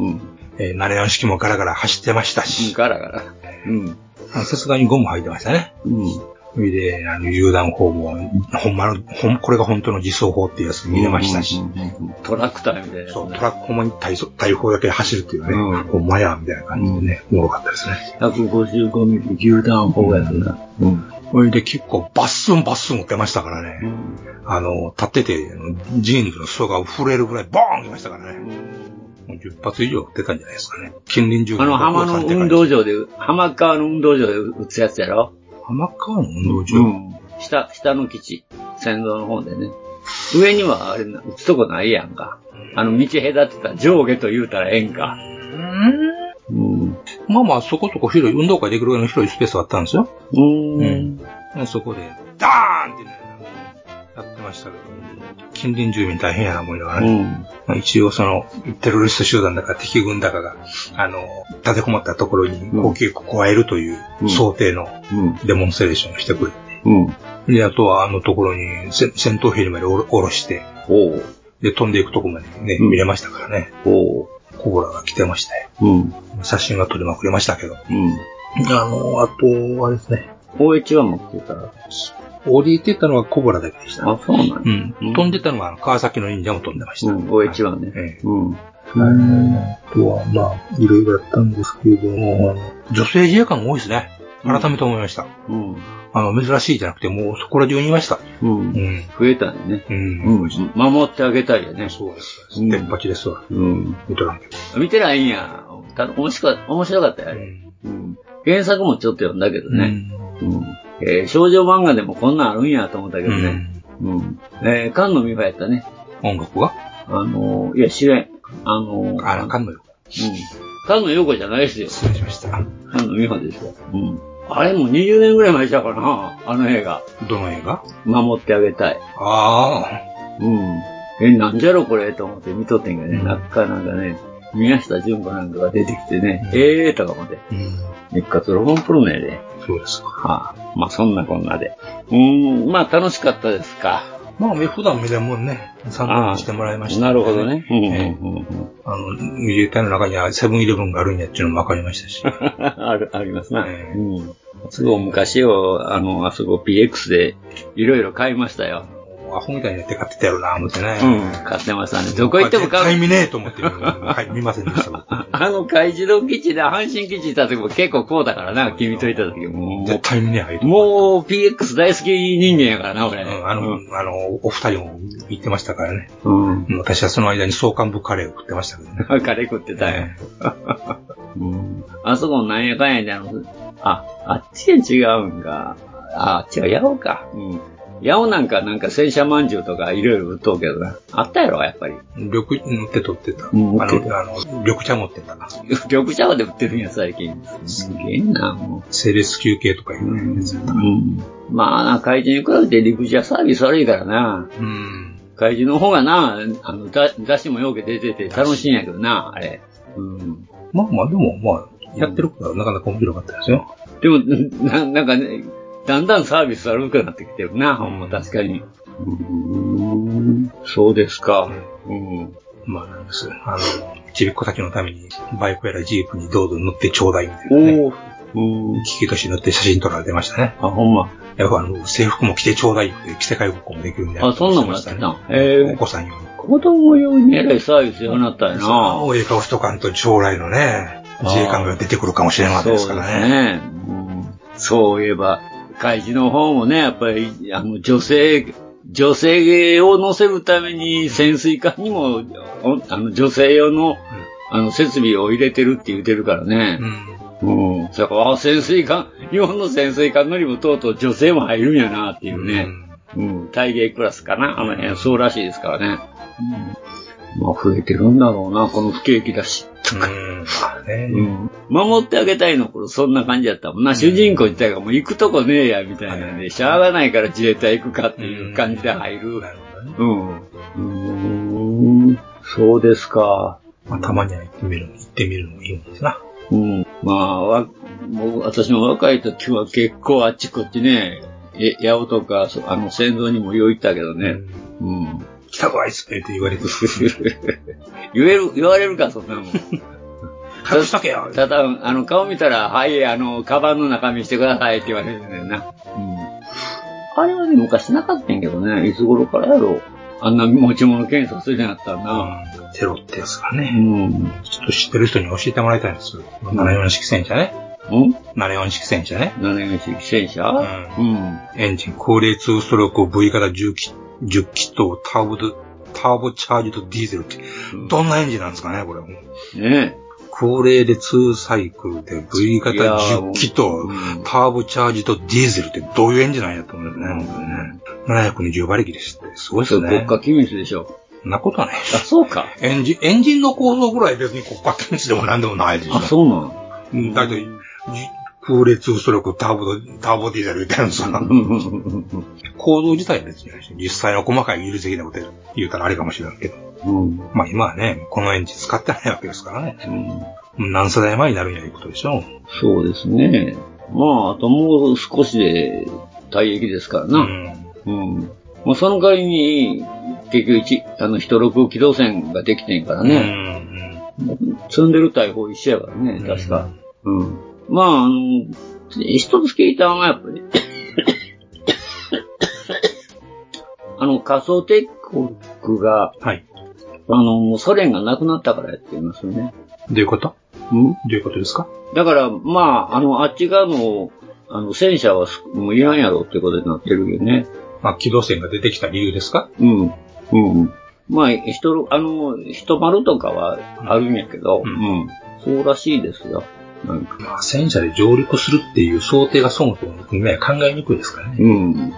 [SPEAKER 10] えー、ナレオン式もガラガラ走ってましたし、
[SPEAKER 9] ガラガラ。うん。
[SPEAKER 10] さすがにゴム履いてましたね。
[SPEAKER 9] うん。
[SPEAKER 10] それで、あの、榴弾砲も、ほんまの、ほん、これが本当の自走砲っていうやつ見れましたし、
[SPEAKER 9] トラクターみたいな。
[SPEAKER 10] そう、トラックほんまに大砲大砲だけ走るっていうね、ほんまや、みたいな感じでね、おもろかったですね。
[SPEAKER 9] 155ミリ牛弾砲やつな。うん。
[SPEAKER 10] それで結構バッスンバッスン打ってましたからね。あの、立ってて、あのジーンズの裾が震えるぐらいボーン来ましたからね。もう10発以上出たんじゃないですかね。近隣住
[SPEAKER 9] あ
[SPEAKER 10] 民が
[SPEAKER 9] の、浜の運動場で、浜川の運動場で撃つやつやろ
[SPEAKER 10] 浜川の運動場
[SPEAKER 9] うん。下、下の基地。先導の方でね。上にはあれな、撃つとこないやんか。あの、道隔てた上下と言うたらええんか。
[SPEAKER 10] うんまあまあ、そこそこ広い、運動会できるぐらいの広いスペースがあったんですよ。
[SPEAKER 9] うん。
[SPEAKER 10] そこで、ダーンってね、やってましたけど、近隣住民大変やな思いながらね。まあ、一応その、テロリスト集団だか敵軍だかが、あの、立てこもったところに攻撃を加えるという想定のデモンストレーションをしてくれて。で、あとはあのところにせ戦闘兵にまでおろ下ろして、で、飛んでいくとこまでね、見れましたからね。コブラが来てましたよ。写真が撮りまくりましたけど。あの、あと、あれですね。
[SPEAKER 9] OH は持ってた
[SPEAKER 10] 降りてたのはコブラだけでした。
[SPEAKER 9] あ、そうなん
[SPEAKER 10] うん。飛んでたのは川崎の忍者も飛んでました。
[SPEAKER 9] OH はね。
[SPEAKER 10] ええ
[SPEAKER 9] うん。
[SPEAKER 10] うん。あとは、まあ、いろいろやったんですけれども、女性自衛官も多いですね。改めて思いました。
[SPEAKER 9] うん。
[SPEAKER 10] あの、珍しいじゃなくて、もうそこら中にいました。
[SPEAKER 9] うん。増えたんやね。
[SPEAKER 10] うん。
[SPEAKER 9] 守ってあげたいよね。
[SPEAKER 10] そうです。電波ですわ。
[SPEAKER 9] うん。
[SPEAKER 10] 見とらんけ
[SPEAKER 9] 見てないんや。た面白か面白かったよ、あれ。うん原作もちょっと読んだけどね。うんえー少女漫画でもこんなんあるんやと思ったけどね。うんえー菅野美穂やったね。
[SPEAKER 10] 音楽は
[SPEAKER 9] あのーいや、知らん。あのー、
[SPEAKER 10] あら、菅野よ。
[SPEAKER 9] うん。菅野陽子じゃないですよ。失
[SPEAKER 10] 礼しました。
[SPEAKER 9] 菅野美穂ですよ。うん。あれも20年ぐらい前じゃかな、あの映画。
[SPEAKER 10] どの映画
[SPEAKER 9] 守ってあげたい。
[SPEAKER 10] あ
[SPEAKER 9] あ。うん。え、なんじゃろこれと思って見とってんけどね、なかなかね、宮下純子なんかが出てきてね、ええーとか思って。日活ロボンプロネで。
[SPEAKER 10] そうですか。
[SPEAKER 9] はあ、まあそんなこんなで。うーん、まあ楽しかったですか。
[SPEAKER 10] まあ、普段見れるもんね、参考にしてもらいました、
[SPEAKER 9] なるほどね。
[SPEAKER 10] あの、自衛隊の中にはセブンイレブンがあるんやっていうのも分かりました し。
[SPEAKER 9] ある、ありますな。うん。すごい昔を、あの、あそこ PX でいろいろ買いましたよ。
[SPEAKER 10] アホみたいにやって買ってたよな、思ってね。
[SPEAKER 9] うん、買ってましたね。どこ行っても
[SPEAKER 10] 絶
[SPEAKER 9] 買
[SPEAKER 10] 対
[SPEAKER 9] う。
[SPEAKER 10] 見ねえと思って、はい、見ません でした僕。
[SPEAKER 9] あの、海自動基地で、阪神基地行った時も結構こうだからな、君といた時も。絶
[SPEAKER 10] 対見ねえ、
[SPEAKER 9] もう PX 大好き人間やからな、俺。
[SPEAKER 10] あの、あの、お二人も行ってましたからね。
[SPEAKER 9] うん。
[SPEAKER 10] 私はその間に総幹部カレーを食ってましたけどね。
[SPEAKER 9] カレー食ってたよ。あそこなんやかんやで、あの、あ、あっちで違うんか。あ、違う、八尾か。うん。八尾なんかなんか戦車まんじゅうとかいろいろ売っとうけどな。あったやろ、やっぱり。
[SPEAKER 10] 緑、乗って取ってた。
[SPEAKER 9] うん
[SPEAKER 10] あ
[SPEAKER 9] 売って
[SPEAKER 10] の、あの緑茶持ってた。
[SPEAKER 9] 緑茶で売ってるんや、最近。すげえな、も
[SPEAKER 10] う。整列休憩とかいうやつやったから。
[SPEAKER 9] まあ、怪人に比べて陸上サービス悪いからな。
[SPEAKER 10] うん。
[SPEAKER 9] 怪獣の方がな、あの、だ、だしもようけ出てて楽しいんやけどな、あれ。うん。
[SPEAKER 10] まあまあ、でも、まあ、やってることはなかなか面白かったですよ。
[SPEAKER 9] でも、ななんかね、だんだんサービス悪くなってきてるな、ほんま確かに。そうですか。うん。
[SPEAKER 10] まあ、なんです。あの、ちびっ子たちのために、バイクやらジープにどうぞ乗ってちょうだいみたいなね。うん。危機として乗って写真撮られてましたね。
[SPEAKER 9] あ、ほんま。
[SPEAKER 10] やっぱあの、制服も着てちょうだいって、着せ替えごっこもできるみたいな。
[SPEAKER 9] あそんなんもやってたん
[SPEAKER 10] してましたねお子さん用に。
[SPEAKER 9] 子供用にえらいサービスようになったよな。
[SPEAKER 10] そう、ええ顔しとかんと将来のね、自衛官が出てくるかもしれませんですからね。
[SPEAKER 9] そうですねうんそういえば、開示の方もね、やっぱり、あの、女性、女性を乗せるために潜水艦にも、おあの、女性用の、あの、設備を入れてるって言ってるからね。うん。だから、あ潜水艦、日本の潜水艦乗りもとうとう女性も入るんやなっていうね。うん。大芸クラスかなあの辺、そうらしいですからね。まあ、増えてるんだろうな、この不景気だし。
[SPEAKER 10] うん。まあね。
[SPEAKER 9] うん守ってあげたいの頃、そんな感じだったもんな。主人公自体がもう行くとこねえや、みたいなんで、しゃあがないから自衛隊行くかっていう感じで入る。うん。うーんそうですか。
[SPEAKER 10] まあ、たまには行ってみるの、行ってみるのもいいもんですな。
[SPEAKER 9] うん。まあ、わ僕私も若い時は結構あっちこっちね、え、八尾とか、そあの、先祖にもよう行ったけどね。うん。
[SPEAKER 10] 来たぞ、あいつって言われて。
[SPEAKER 9] 言える、言われるか、そん なもん。
[SPEAKER 10] 隠しとけよ
[SPEAKER 9] ただ、あの、顔見たら、はい、あの、カバンの中見してくださいって言われるんだよな。うん。あれはね、昔なかったんやけどね、いつ頃からやろう。あんな持ち物検査するじゃなかったな。
[SPEAKER 10] テロってやつがね。
[SPEAKER 9] うん。
[SPEAKER 10] ちょっと知ってる人に教えてもらいたいんですよ。74式戦車ね。
[SPEAKER 9] うん
[SPEAKER 10] 74式戦車ね。
[SPEAKER 9] ?74 式戦車うん。うん。
[SPEAKER 10] エンジン、高齢2ストロークを V 型10キ10キットをターボド、ターボチャージとディーゼルって、どんなエンジンなんですかね、これ。
[SPEAKER 9] ね
[SPEAKER 10] 高齢で2サイクルで V 型
[SPEAKER 9] いやー
[SPEAKER 10] 10キット、ターボチャージとディーゼルってどういうエンジンなんやと思うんですね、本当にね。720馬力ですって、すごいですね。
[SPEAKER 9] 国家機密でしょ。
[SPEAKER 10] そんなことはない。あ、
[SPEAKER 9] そうか。
[SPEAKER 10] エンジン、エンジンの構造ぐらい別に国家機密でも何でもないでしょ。あ、
[SPEAKER 9] そうなの
[SPEAKER 10] うん、だけど、じ空列ストローク、ターボ、ターボディーゼル言ってるんですよ。構造自体は別にないし、実際の細かい技術的なこと言うたらあれかもしれないけど。まあ今はね、このエンジン使ってないわけですからね。何世代前になるんやいうことでしょう。
[SPEAKER 9] そうですね。まあ、あともう少しで退役ですからな。うん。まあ、その代わりに、結局一、あの、一六機動戦ができてんからね。積んでる大砲一緒やからね、確か。うん。まあ、あの、一つ聞いたのはやっぱり、あの、仮想敵国が、あの、もうソ連がなくなったからやってますよね。
[SPEAKER 10] どういうこと
[SPEAKER 9] うんど
[SPEAKER 10] ういうことですか
[SPEAKER 9] だから、まあ、あの、あっち側の、あの、戦車はすもういらんやろってことになってるよね。
[SPEAKER 10] まあ、機動戦が出てきた理由ですか
[SPEAKER 9] うん。うん。まあ、人、あの、人丸とかはあるんやけど、うん。そうらしいですよ。なんか。
[SPEAKER 10] まあ、戦車で上陸するっていう想定がそもそもね、考えにくいです からね。
[SPEAKER 9] うん。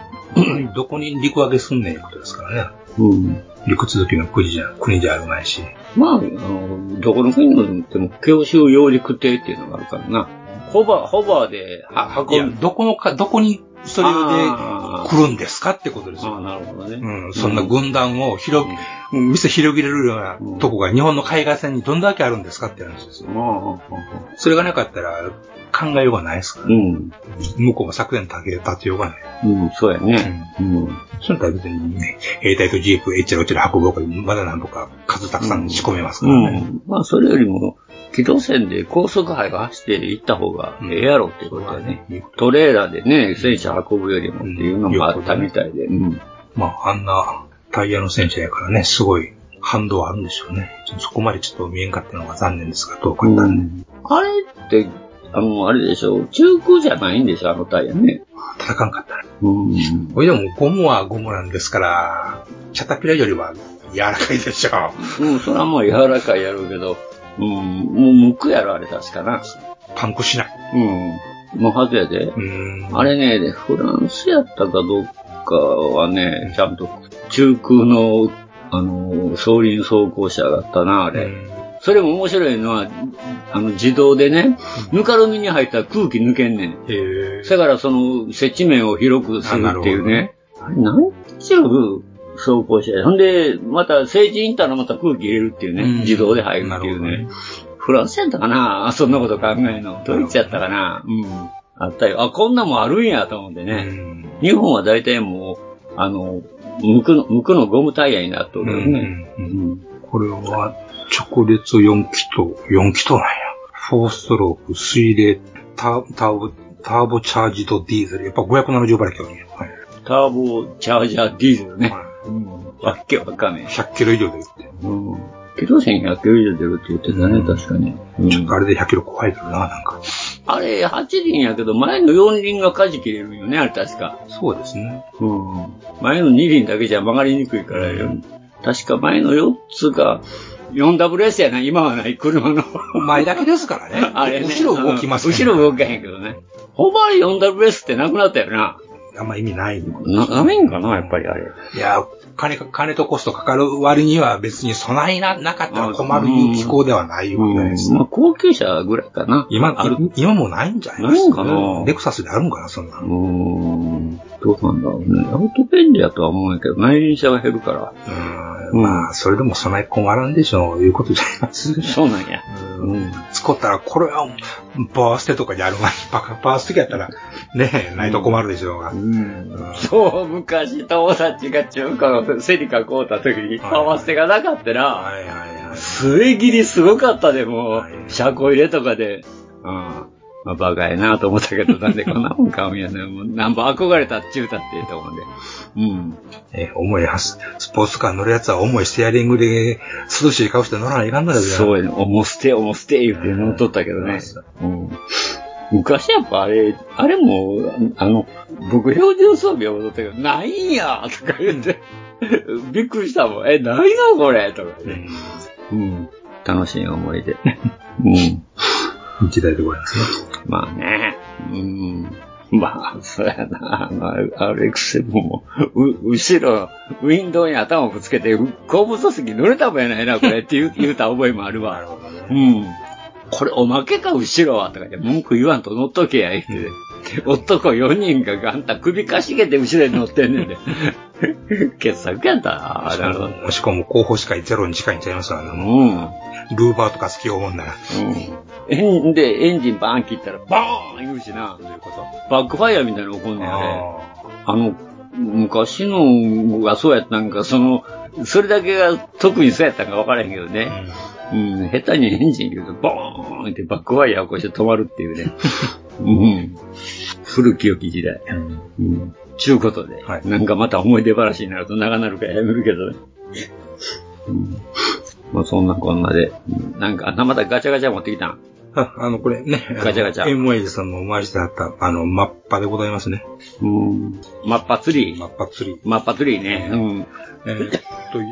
[SPEAKER 10] どこに陸揚げすんねんいうことですからね。
[SPEAKER 9] うん。
[SPEAKER 10] 陸続きの国じゃ、国じゃあるまいし。
[SPEAKER 9] まあ、あの、どこの国にでも、教習揚陸艇っていうのがあるからな。ホバー、ホバーでは運ぶ。
[SPEAKER 10] どこのか、どこにそれで
[SPEAKER 9] あ
[SPEAKER 10] 来るんですかってことですよ。
[SPEAKER 9] あ、なるほどね。
[SPEAKER 10] うん、そんな軍団を広、店広げれるようなとこが日本の海岸線にどんだけあるんですかって話ですよ。それがなかったら考えようがないですから、
[SPEAKER 9] うん。
[SPEAKER 10] 向こうは作戦立て立てようがない。
[SPEAKER 9] うん、そうやね。うん。
[SPEAKER 10] それとは別に、ね、兵隊とジープ、えっちゃらおっちゃら運ぼうか、まだなんとか数たくさん仕込めますからね。
[SPEAKER 9] うん。まあ、それよりも、機動戦で高速配が走って行った方がええやろってことだね。トレーラーでね、戦車運ぶよりもっていうのもあったみたいで。うん。
[SPEAKER 10] まあ、あんなタイヤの戦車やからね、すごい反動はあるんでしょうね。そこまでちょっと見えんかったのが残念ですが、どうかったんで。
[SPEAKER 9] あれって、あの、あれでしょ、中空じゃないんでしょ、あのタイヤね。
[SPEAKER 10] 叩かんかったね。
[SPEAKER 9] うん。
[SPEAKER 10] これでもゴムはゴムなんですから、チャタピラよりは柔らかいでしょ
[SPEAKER 9] うん、それはもう柔らかいやろうけど、うん、もう向くやろ、あれ確かな。
[SPEAKER 10] パンクしない。
[SPEAKER 9] うん。のはずやで。あれね、フランスやったかどうかはね、ちゃんと中空の、あの、総輪走行車だったな、あれ。それも面白いのは、あの、自動でね、ぬかるみに入ったら空気抜けんねん。だからその、接地面を広くするっていうね。あれ、なんちゅう走行して、ほんで、また、聖地インターのまた空気入れるっていうね、自動で入るっていうね。フランスやったかなそんなこと考えるの。ドイツやったかなうん。あったよ。あ、こんなんもあるんやと思ってね。日本は大体もう、あの、無垢の、無垢のゴムタイヤになっとるよね。
[SPEAKER 10] これは、直列4気筒、4気筒なんや。4ストローク、水冷、ターターボ、ターボチャージドディーゼル。やっぱ570馬力あるんや。
[SPEAKER 9] ターボチャージャーディーゼルね。わっけわかんねえ。
[SPEAKER 10] 100キロ以上出るって。
[SPEAKER 9] うん。気動線100キロ以上出るって言ってたね、確かに。
[SPEAKER 10] ちょっとあれで100キロ超えてるな、なんか。
[SPEAKER 9] あれ、8輪やけど、前の4輪が舵切れるよね、あれ確か。
[SPEAKER 10] そうですね。
[SPEAKER 9] うん。前の2輪だけじゃ曲がりにくいからよ。確か前の4つが、4WS やな、今はない、車の。
[SPEAKER 10] 前だけですからね。
[SPEAKER 9] あれね。
[SPEAKER 10] 後ろ動きます
[SPEAKER 9] うん後ろ動かへんけどね。ほんまに 4WS ってなくなったよな。
[SPEAKER 10] あんま意味ない。
[SPEAKER 9] な、ダメんかな、やっぱりあれ。
[SPEAKER 10] いやー、金か、金とコストかかる割には別に備えな、なかったら困る気候ではないわけですね。
[SPEAKER 9] まあ、高級車ぐらいかな。
[SPEAKER 10] 今、今もうないんじゃないですか、ね。レクサスであるんかな、そんな。
[SPEAKER 9] うーん。どうなんだろうね。アウト便利やとは思うんやけど、内輪車が減るから。
[SPEAKER 10] まあ、それでも備え困らんでしょう、いうことじゃないます。
[SPEAKER 9] そうなんや。
[SPEAKER 10] うん。使ったら、これは、バーステとかである前に、バカ、バーステやったら、ねえ、ないと困るでしょうが。
[SPEAKER 9] そう、昔、友達が中華のセリカ買うた時に、合わせがなかったら、末切りすごかったでもう、車庫入れとかで、うん。まあ、バカやなと思ったけど、なんでこんなもん買うんやね。もう、なんぼ憧れたっちゅうたってと思うんで。うん。
[SPEAKER 10] えー、重いはす、スポーツカー乗るやつは重いステアリングで、涼しい顔して乗らないかんのだよ。
[SPEAKER 9] そうやね。重捨て、重捨て、言うて乗っとったけどね。うん。昔やっぱあれ、あれも、あの、僕標準装備を踊ったけど、ないんやとか言って、びっくりしたもん。え、ないのこれとかね。うん。楽しい思い 出。うん。
[SPEAKER 10] 時代でございますね。
[SPEAKER 9] まあね。うん。まあ、そうやな。あの、RX7 も、う、後ろ、ウィンドウに頭をぶつけて、う後部座席乗れたもんやないな、これって言う言うた覚えもあるわ。うん。これおまけか、後ろは、とかで文句言わんと乗っとけや、言って。男4人がガンタ首かしげて後ろに乗って んねんで。傑作やったな。あれ
[SPEAKER 10] もしかも後方視界ゼロに近いんちゃいますからね。。
[SPEAKER 9] うん
[SPEAKER 10] ルーバーとか好き思うんなら。
[SPEAKER 9] うん。で、エンジンバーン切ったら、バーン言うしな。どういうことバックファイアみたいなの起こんねん、あれ。あの、昔のがそうやったんか、その、それだけが特にそうやったんか分からへんけどね。うん、下手にエンジン入れると、ボーンってバックワイヤーをこうして止まるっていう ね。うん。古き良き時代。うん。ちゅうことで、なんかまた思い出話になると長なるからやめるけどね。うん。まあそんなこんなで、うんなんか、なまたガチャガチャ持ってきたん。
[SPEAKER 10] あ、あの、これね。
[SPEAKER 9] ガチャガチャ
[SPEAKER 10] あの MY さんのお回りしてあった、あの、マッパでございますね。
[SPEAKER 9] うん。マッパツリー。マ
[SPEAKER 10] ッパツリー。
[SPEAKER 9] マッパツリーね。うん。
[SPEAKER 10] えー、っと、い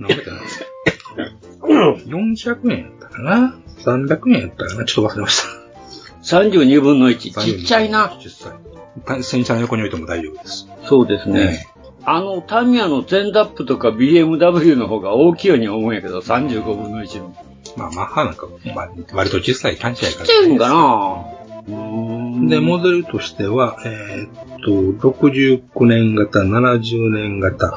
[SPEAKER 10] 何だっけな。400円やったかな ?300 円やったかなちょっと忘れました。
[SPEAKER 9] 32分の1。ちっちゃいな。
[SPEAKER 10] た洗車の横に置いても大丈夫です。
[SPEAKER 9] そうですね。あの、タミヤのゼンダップとか BMW の方が大きいように思うんやけど、35分の1の。
[SPEAKER 10] まあ、マッハなんか、まあ、割と小さい感じやから。
[SPEAKER 9] ちっちゃいんかな
[SPEAKER 10] で、モデルとしては、えーっと、69年型、70年型、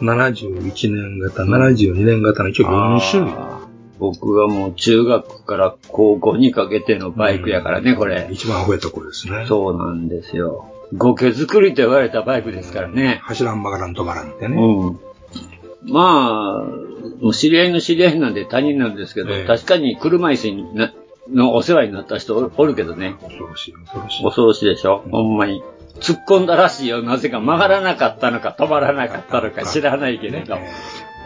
[SPEAKER 10] 71年型、72年型の一応4種類。
[SPEAKER 9] 僕はもう中学から高校にかけてのバイクやからね、これ。
[SPEAKER 10] 一番増えた頃ですね。
[SPEAKER 9] そうなんですよ。ごけ作りと言われたバイクですからね。
[SPEAKER 10] 走らん曲がらん止まらんってね。
[SPEAKER 9] うん。まあ、知り合いの知り合いなんで他人なんですけど、確かに車椅子になのお世話になった人おおるけどね。
[SPEAKER 10] 恐ろしい、恐ろしい。
[SPEAKER 9] 恐ろしいでしょ、ほんまに。突っ込んだらしいよ。なぜか曲がらなかったのか、止まらなかったのか知らないけれど。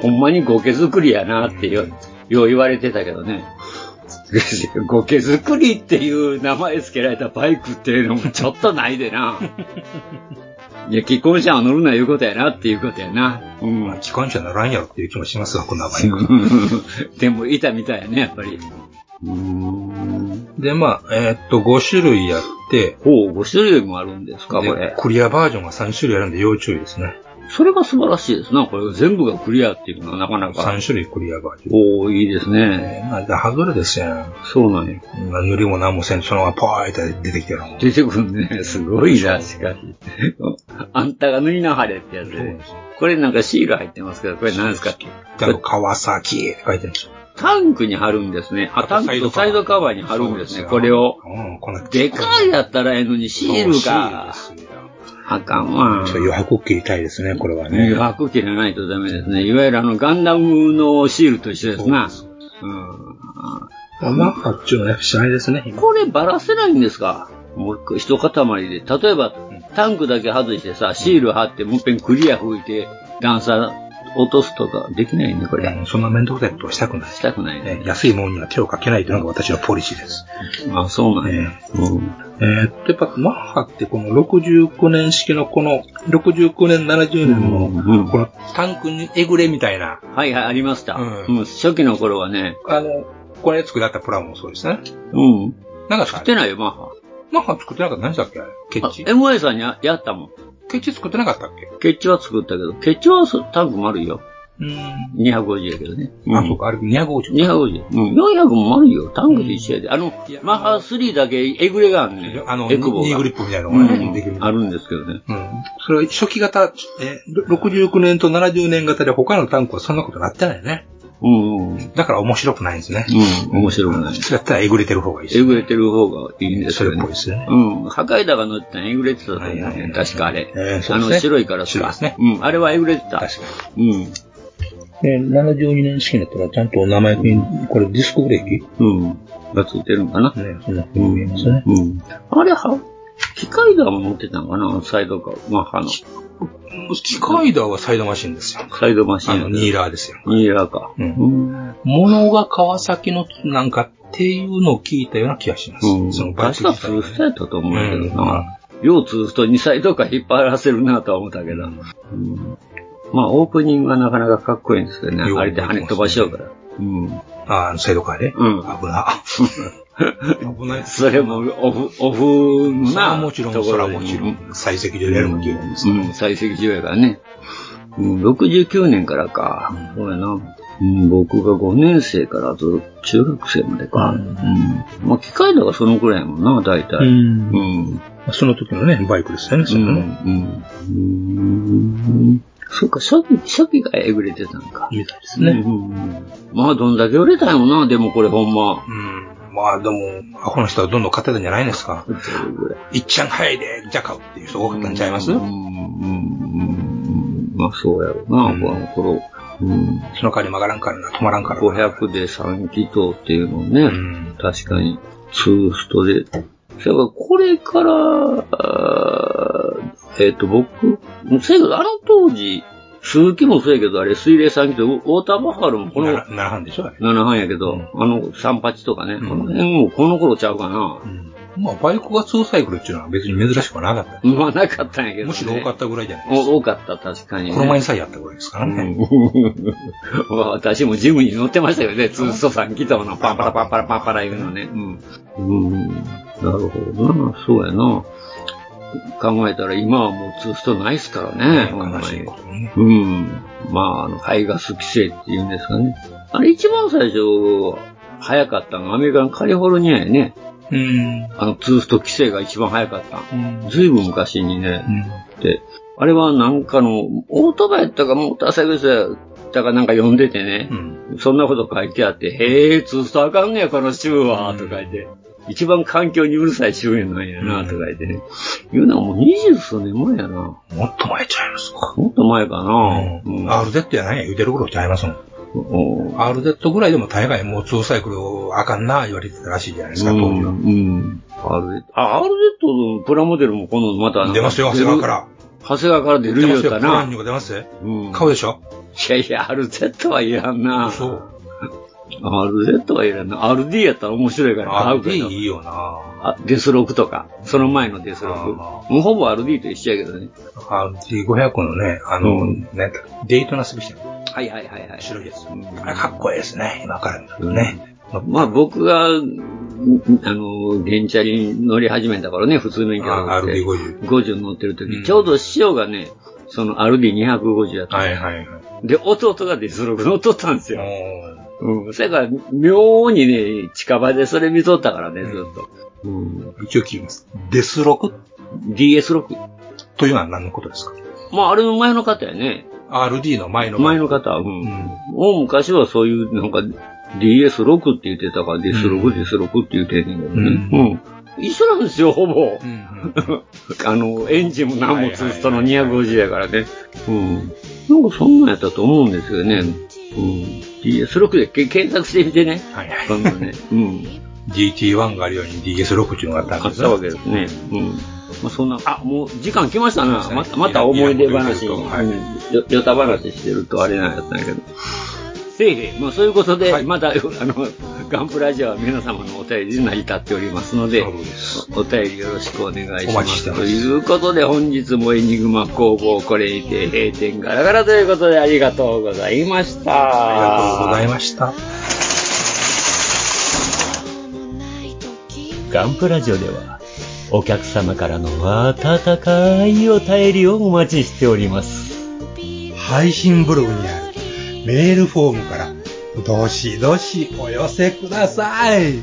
[SPEAKER 9] ほんまにゴケ作りやなってよ、よう言われてたけどね。 ゴケ作りっていう名前付けられたバイクっていうのもちょっとない でな。いや、既婚者は乗るないうことやなっていうことやな。うん。
[SPEAKER 10] まあ、既婚者ならんやろっていう気もしますわ、こんなバイ
[SPEAKER 9] ク。 でも、いたみたいやね、やっぱり。
[SPEAKER 10] ク。で、まあ、えーっと、5種類やって、
[SPEAKER 9] お5種類もあるんですか、これ。
[SPEAKER 10] クリアバージョンが3種類あるんで要注意ですね。
[SPEAKER 9] それが素晴らしいですな。これ全部がクリアっていうのはなかなか。
[SPEAKER 10] 3種類クリアバージョン。
[SPEAKER 9] おおいいですね。
[SPEAKER 10] まあ、だハズレですやん。
[SPEAKER 9] そうなんや。
[SPEAKER 10] 塗りも何もせんと、そのままポーイって出てきてる
[SPEAKER 9] 出てくるね。すごいな、しかし。あんたが縫いなはれってやつで。これなんかシール入ってますけど、これ何ですか
[SPEAKER 10] 川崎って書いてあるんですよ。
[SPEAKER 9] タンクに貼るんですね。あ、タンクとサイドカバーに貼るんですね、これを。
[SPEAKER 10] うん、この
[SPEAKER 9] でかいやったらええのにシールが。あかんわ。
[SPEAKER 10] 余白を切りたいですね、これはね。
[SPEAKER 9] 余白切らないとダメですね。いわゆるあの、ガンダムのシールと一緒ですな。
[SPEAKER 10] まあマッハっちゅうのはやっぱしないですね。
[SPEAKER 9] こればらせないんですかもう一塊で。例えば、タンクだけ外してさ、シール貼って、もっぺんクリア吹いて、段差落とすとかできないね、これ。
[SPEAKER 10] そんな面倒くさいことはしたくない。
[SPEAKER 9] したくないね。
[SPEAKER 10] 安いものには手をかけないというのが私のポリシーです。
[SPEAKER 9] あ、そうなんや。
[SPEAKER 10] えーっと、やっぱマッハってこの69年式のこの、69年、70年の、このタンクにえぐれみたいな。
[SPEAKER 9] はいはい、ありました。うん初期の頃はね。
[SPEAKER 10] あの、これ作ったプラモもそうですね。
[SPEAKER 9] うん。
[SPEAKER 10] なんか作って
[SPEAKER 9] ないよ、マッハ。
[SPEAKER 10] マッハ作ってなかった何でしたっけあれケ
[SPEAKER 9] チ。MY さんにややったもん。
[SPEAKER 10] ケチ作ってなかったっ
[SPEAKER 9] ケチは作ったけど、ケチはそタンク丸いよ。
[SPEAKER 10] けうん。
[SPEAKER 9] 250やけどね。
[SPEAKER 10] あ、そうか、あれ250。
[SPEAKER 9] 250。うん。400も丸いよ。タンクで一緒やで。あの、マッハ3だけえぐれがあるね。
[SPEAKER 10] あの、
[SPEAKER 9] エクボが
[SPEAKER 10] ニーグリップみたいなの
[SPEAKER 9] う
[SPEAKER 10] がね
[SPEAKER 9] ん
[SPEAKER 10] できる。
[SPEAKER 9] あるんですけどね。
[SPEAKER 10] うん。それは初期型、え、69年と70年型で他のタンクはそんなことなってないね。
[SPEAKER 9] うん、うん。
[SPEAKER 10] だから面白くないんですね。
[SPEAKER 9] うん、面白くない。
[SPEAKER 10] そうやったらえぐれてる方がいいです。
[SPEAKER 9] えぐれてる方がいいんですよね。
[SPEAKER 10] それっぽいですね。
[SPEAKER 9] うん。破壊だが乗ってたらえぐれてたと思うね。確かあれ。
[SPEAKER 10] そ
[SPEAKER 9] あ
[SPEAKER 10] うですね
[SPEAKER 9] の白いから白ですね。うん。あれはえぐれてた。確かに。うん。
[SPEAKER 10] え、72年式だったらちゃんとお名前に、これディスクブレーキ
[SPEAKER 9] うん。がついてるのかな。
[SPEAKER 10] ね、そんな風に見えますね。
[SPEAKER 9] うん。あれは、機械弾も持ってたのかなサイドか、マッハの。
[SPEAKER 10] 機械弾はサイドマシンですよ。
[SPEAKER 9] サイドマシン。
[SPEAKER 10] あの、ニーラーですよ。
[SPEAKER 9] ニーラーか。
[SPEAKER 10] うん。物が川崎のなんかっていうのを聞いたような気がします。
[SPEAKER 9] うん。
[SPEAKER 10] そのバイ
[SPEAKER 9] 確
[SPEAKER 10] ク
[SPEAKER 9] か
[SPEAKER 10] 自体
[SPEAKER 9] ツーストやったと思うんだけどな。ようツースト2歳とか引っ張らせるなとは思ったけど。うん。まあ、オープニングはなかなかかっこいいんですけどね。
[SPEAKER 10] よう
[SPEAKER 9] あれで跳ね飛ばしようから。うん。
[SPEAKER 10] ああ、サイドカーで。
[SPEAKER 9] うん。
[SPEAKER 10] 危な。危 ない。
[SPEAKER 9] それも、オフ、オフな。
[SPEAKER 10] それはもちろん
[SPEAKER 9] ところ
[SPEAKER 10] それ
[SPEAKER 9] に
[SPEAKER 10] はもちろん採石場でやるもんです
[SPEAKER 9] うん、採石場やからね。うん、69年からか。そうやな。うん、僕が5年生からずっと中学生までか。うん。まあ、機械だがそのくらいやもんな、大体。
[SPEAKER 10] う。
[SPEAKER 9] うんん。
[SPEAKER 10] その時のね、バイクですよね、それはね。
[SPEAKER 9] うん。うん。そっか、初期、初期がえぐれてたのか。
[SPEAKER 10] みたいです
[SPEAKER 9] ね。うんうん。まあ、どんだけ売れたんやろな、でもこれほんま。
[SPEAKER 10] うん。まあでも、アホの人はどんどん買ってたんじゃないですか。いっちゃん早いで、じゃあ買うっていう人多かったんちゃいます
[SPEAKER 9] まあ、そうやろうな、この頃。うん。
[SPEAKER 10] その代わり曲がらんからな、止まらんからな。
[SPEAKER 9] 500で3気筒っていうのね、確かに、ツーストで。それから、これから、あーえっ、と、僕、せやけど、あの当時、鈴木もそうやけど、あれ、水冷3気筒、ウォーターバッファローもこの、
[SPEAKER 10] 7半でしょ、あれ。
[SPEAKER 9] 7半やけど、あの、38とかね、この辺もこの頃ちゃうかな。
[SPEAKER 10] まあ、バイクが2サイクルっていうのは別に珍しくはなかった。
[SPEAKER 9] まあ、なかったんやけど、ね。むし
[SPEAKER 10] ろ多かったぐらいじゃない
[SPEAKER 9] ですか。多かった、確かに、ね。
[SPEAKER 10] この前さえやったぐらいですからね。
[SPEAKER 9] うん 私もジムに乗ってましたよね、ツースト3気筒のパンパラパンパラパンパラ言うのね。うん。うん。なるほどな、そうやな。考えたら今はもうツーストないっすからね、ほんまに。うん。まあ、あの、排ガス規制っていうんですかね。あれ一番最初、早かったのはアメリカのカリフォルニアやね。
[SPEAKER 10] うん。
[SPEAKER 9] あの、ツースト規制が一番早かった。ずいぶん昔にね、で、あれはなんかの、オートバイとかモーターサイクルやったかなんか読んでてね、そんなこと書いてあって、へえ、ツーストあかんねや、この州は、とか言って、一番環境にうるさい州やなんやな、とか言ってね、言うのはもう二十数年前やな。も
[SPEAKER 10] っと前ちゃいますか。
[SPEAKER 9] もっと前かな。
[SPEAKER 10] RZ やないや、言うてる頃ちゃいますもん。RZ ぐらいでも大概もう2サイクルあかんな、言われてたらしいじゃないですか、当時は。
[SPEAKER 9] うん。あれ、あ、RZ のプラモデルも今度また。
[SPEAKER 10] 出ますよ、長谷川から。。
[SPEAKER 9] 長谷川から出るようだ
[SPEAKER 10] 出ますよプラ
[SPEAKER 9] な
[SPEAKER 10] ンニ。ング出ますよ
[SPEAKER 9] うん。
[SPEAKER 10] 買うでしょ
[SPEAKER 9] いやいや、RZ はいらんな。
[SPEAKER 10] そう。
[SPEAKER 9] RZ はいらんな。RD やったら面白いから買うけど。RD
[SPEAKER 10] いいよな
[SPEAKER 9] あ、デスロックとか。その前のデスロック。もうほぼ RD と一緒やけどね。
[SPEAKER 10] RT500 のね、あの、ね、デイトナスペシャル。
[SPEAKER 9] はいはいはいはい。白いやつ。
[SPEAKER 10] あれかっこいいですね、今から。ね。
[SPEAKER 9] まあ僕が、うんあの、電チャリに乗り始めた頃ね、普通免許の。
[SPEAKER 10] RD50。
[SPEAKER 9] 50乗ってる時、ちょうど師匠がね、その RD250 やった。
[SPEAKER 10] はいはいはい。
[SPEAKER 9] で、弟がデスログ乗っとったんですよ。うん。それから、妙にね、近場でそれ見とったからね、ずっと。うん。
[SPEAKER 10] 一応聞きます。デスロク
[SPEAKER 9] ?DS ロク。
[SPEAKER 10] というのは何のことですか
[SPEAKER 9] まあ、あれの前の方やね。
[SPEAKER 10] RD の前の
[SPEAKER 9] 前の方、うん。もう昔はそういう、なんか、DS6 って言ってたから、DS6、DS6 って言ってたけどね。うん。一緒なんですよ、ほぼ。あの、エンジンも何もつその250やからね。うん。なんかそんなんやったと思うんですよね。うん。DS6 でけ検索してみてね。はいはい。ね、うん。
[SPEAKER 10] GT1 があるように DS6 っていうのがあったん
[SPEAKER 9] あ
[SPEAKER 10] で
[SPEAKER 9] っ
[SPEAKER 10] す
[SPEAKER 9] たわけですね。うん。まあ、そんな、あ、もう時間来ましたな。また、また思い出話に、うんよ、よた話してるとあれなんやったんやけど。せいへい、まあそういうことで、まだ、あの、ガンプラジオは皆様のお便りに成り立っておりますので、お便りよろしくお願いします。
[SPEAKER 10] お待ちしてます
[SPEAKER 9] ということで、本日もエニグマ工房これにて閉店ガラガラということでありがとうございました。
[SPEAKER 10] ありがとうございました。
[SPEAKER 15] ガンプラジオでは、お客様からの温かいお便りをお待ちしております。
[SPEAKER 8] 配信ブログにあるメールフォームから、どしどしお寄せください。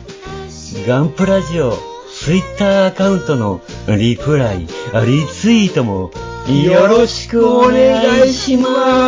[SPEAKER 15] ガンプラジオ、ツイッターアカウントのリプライ、リツイートもよろしくお願いします。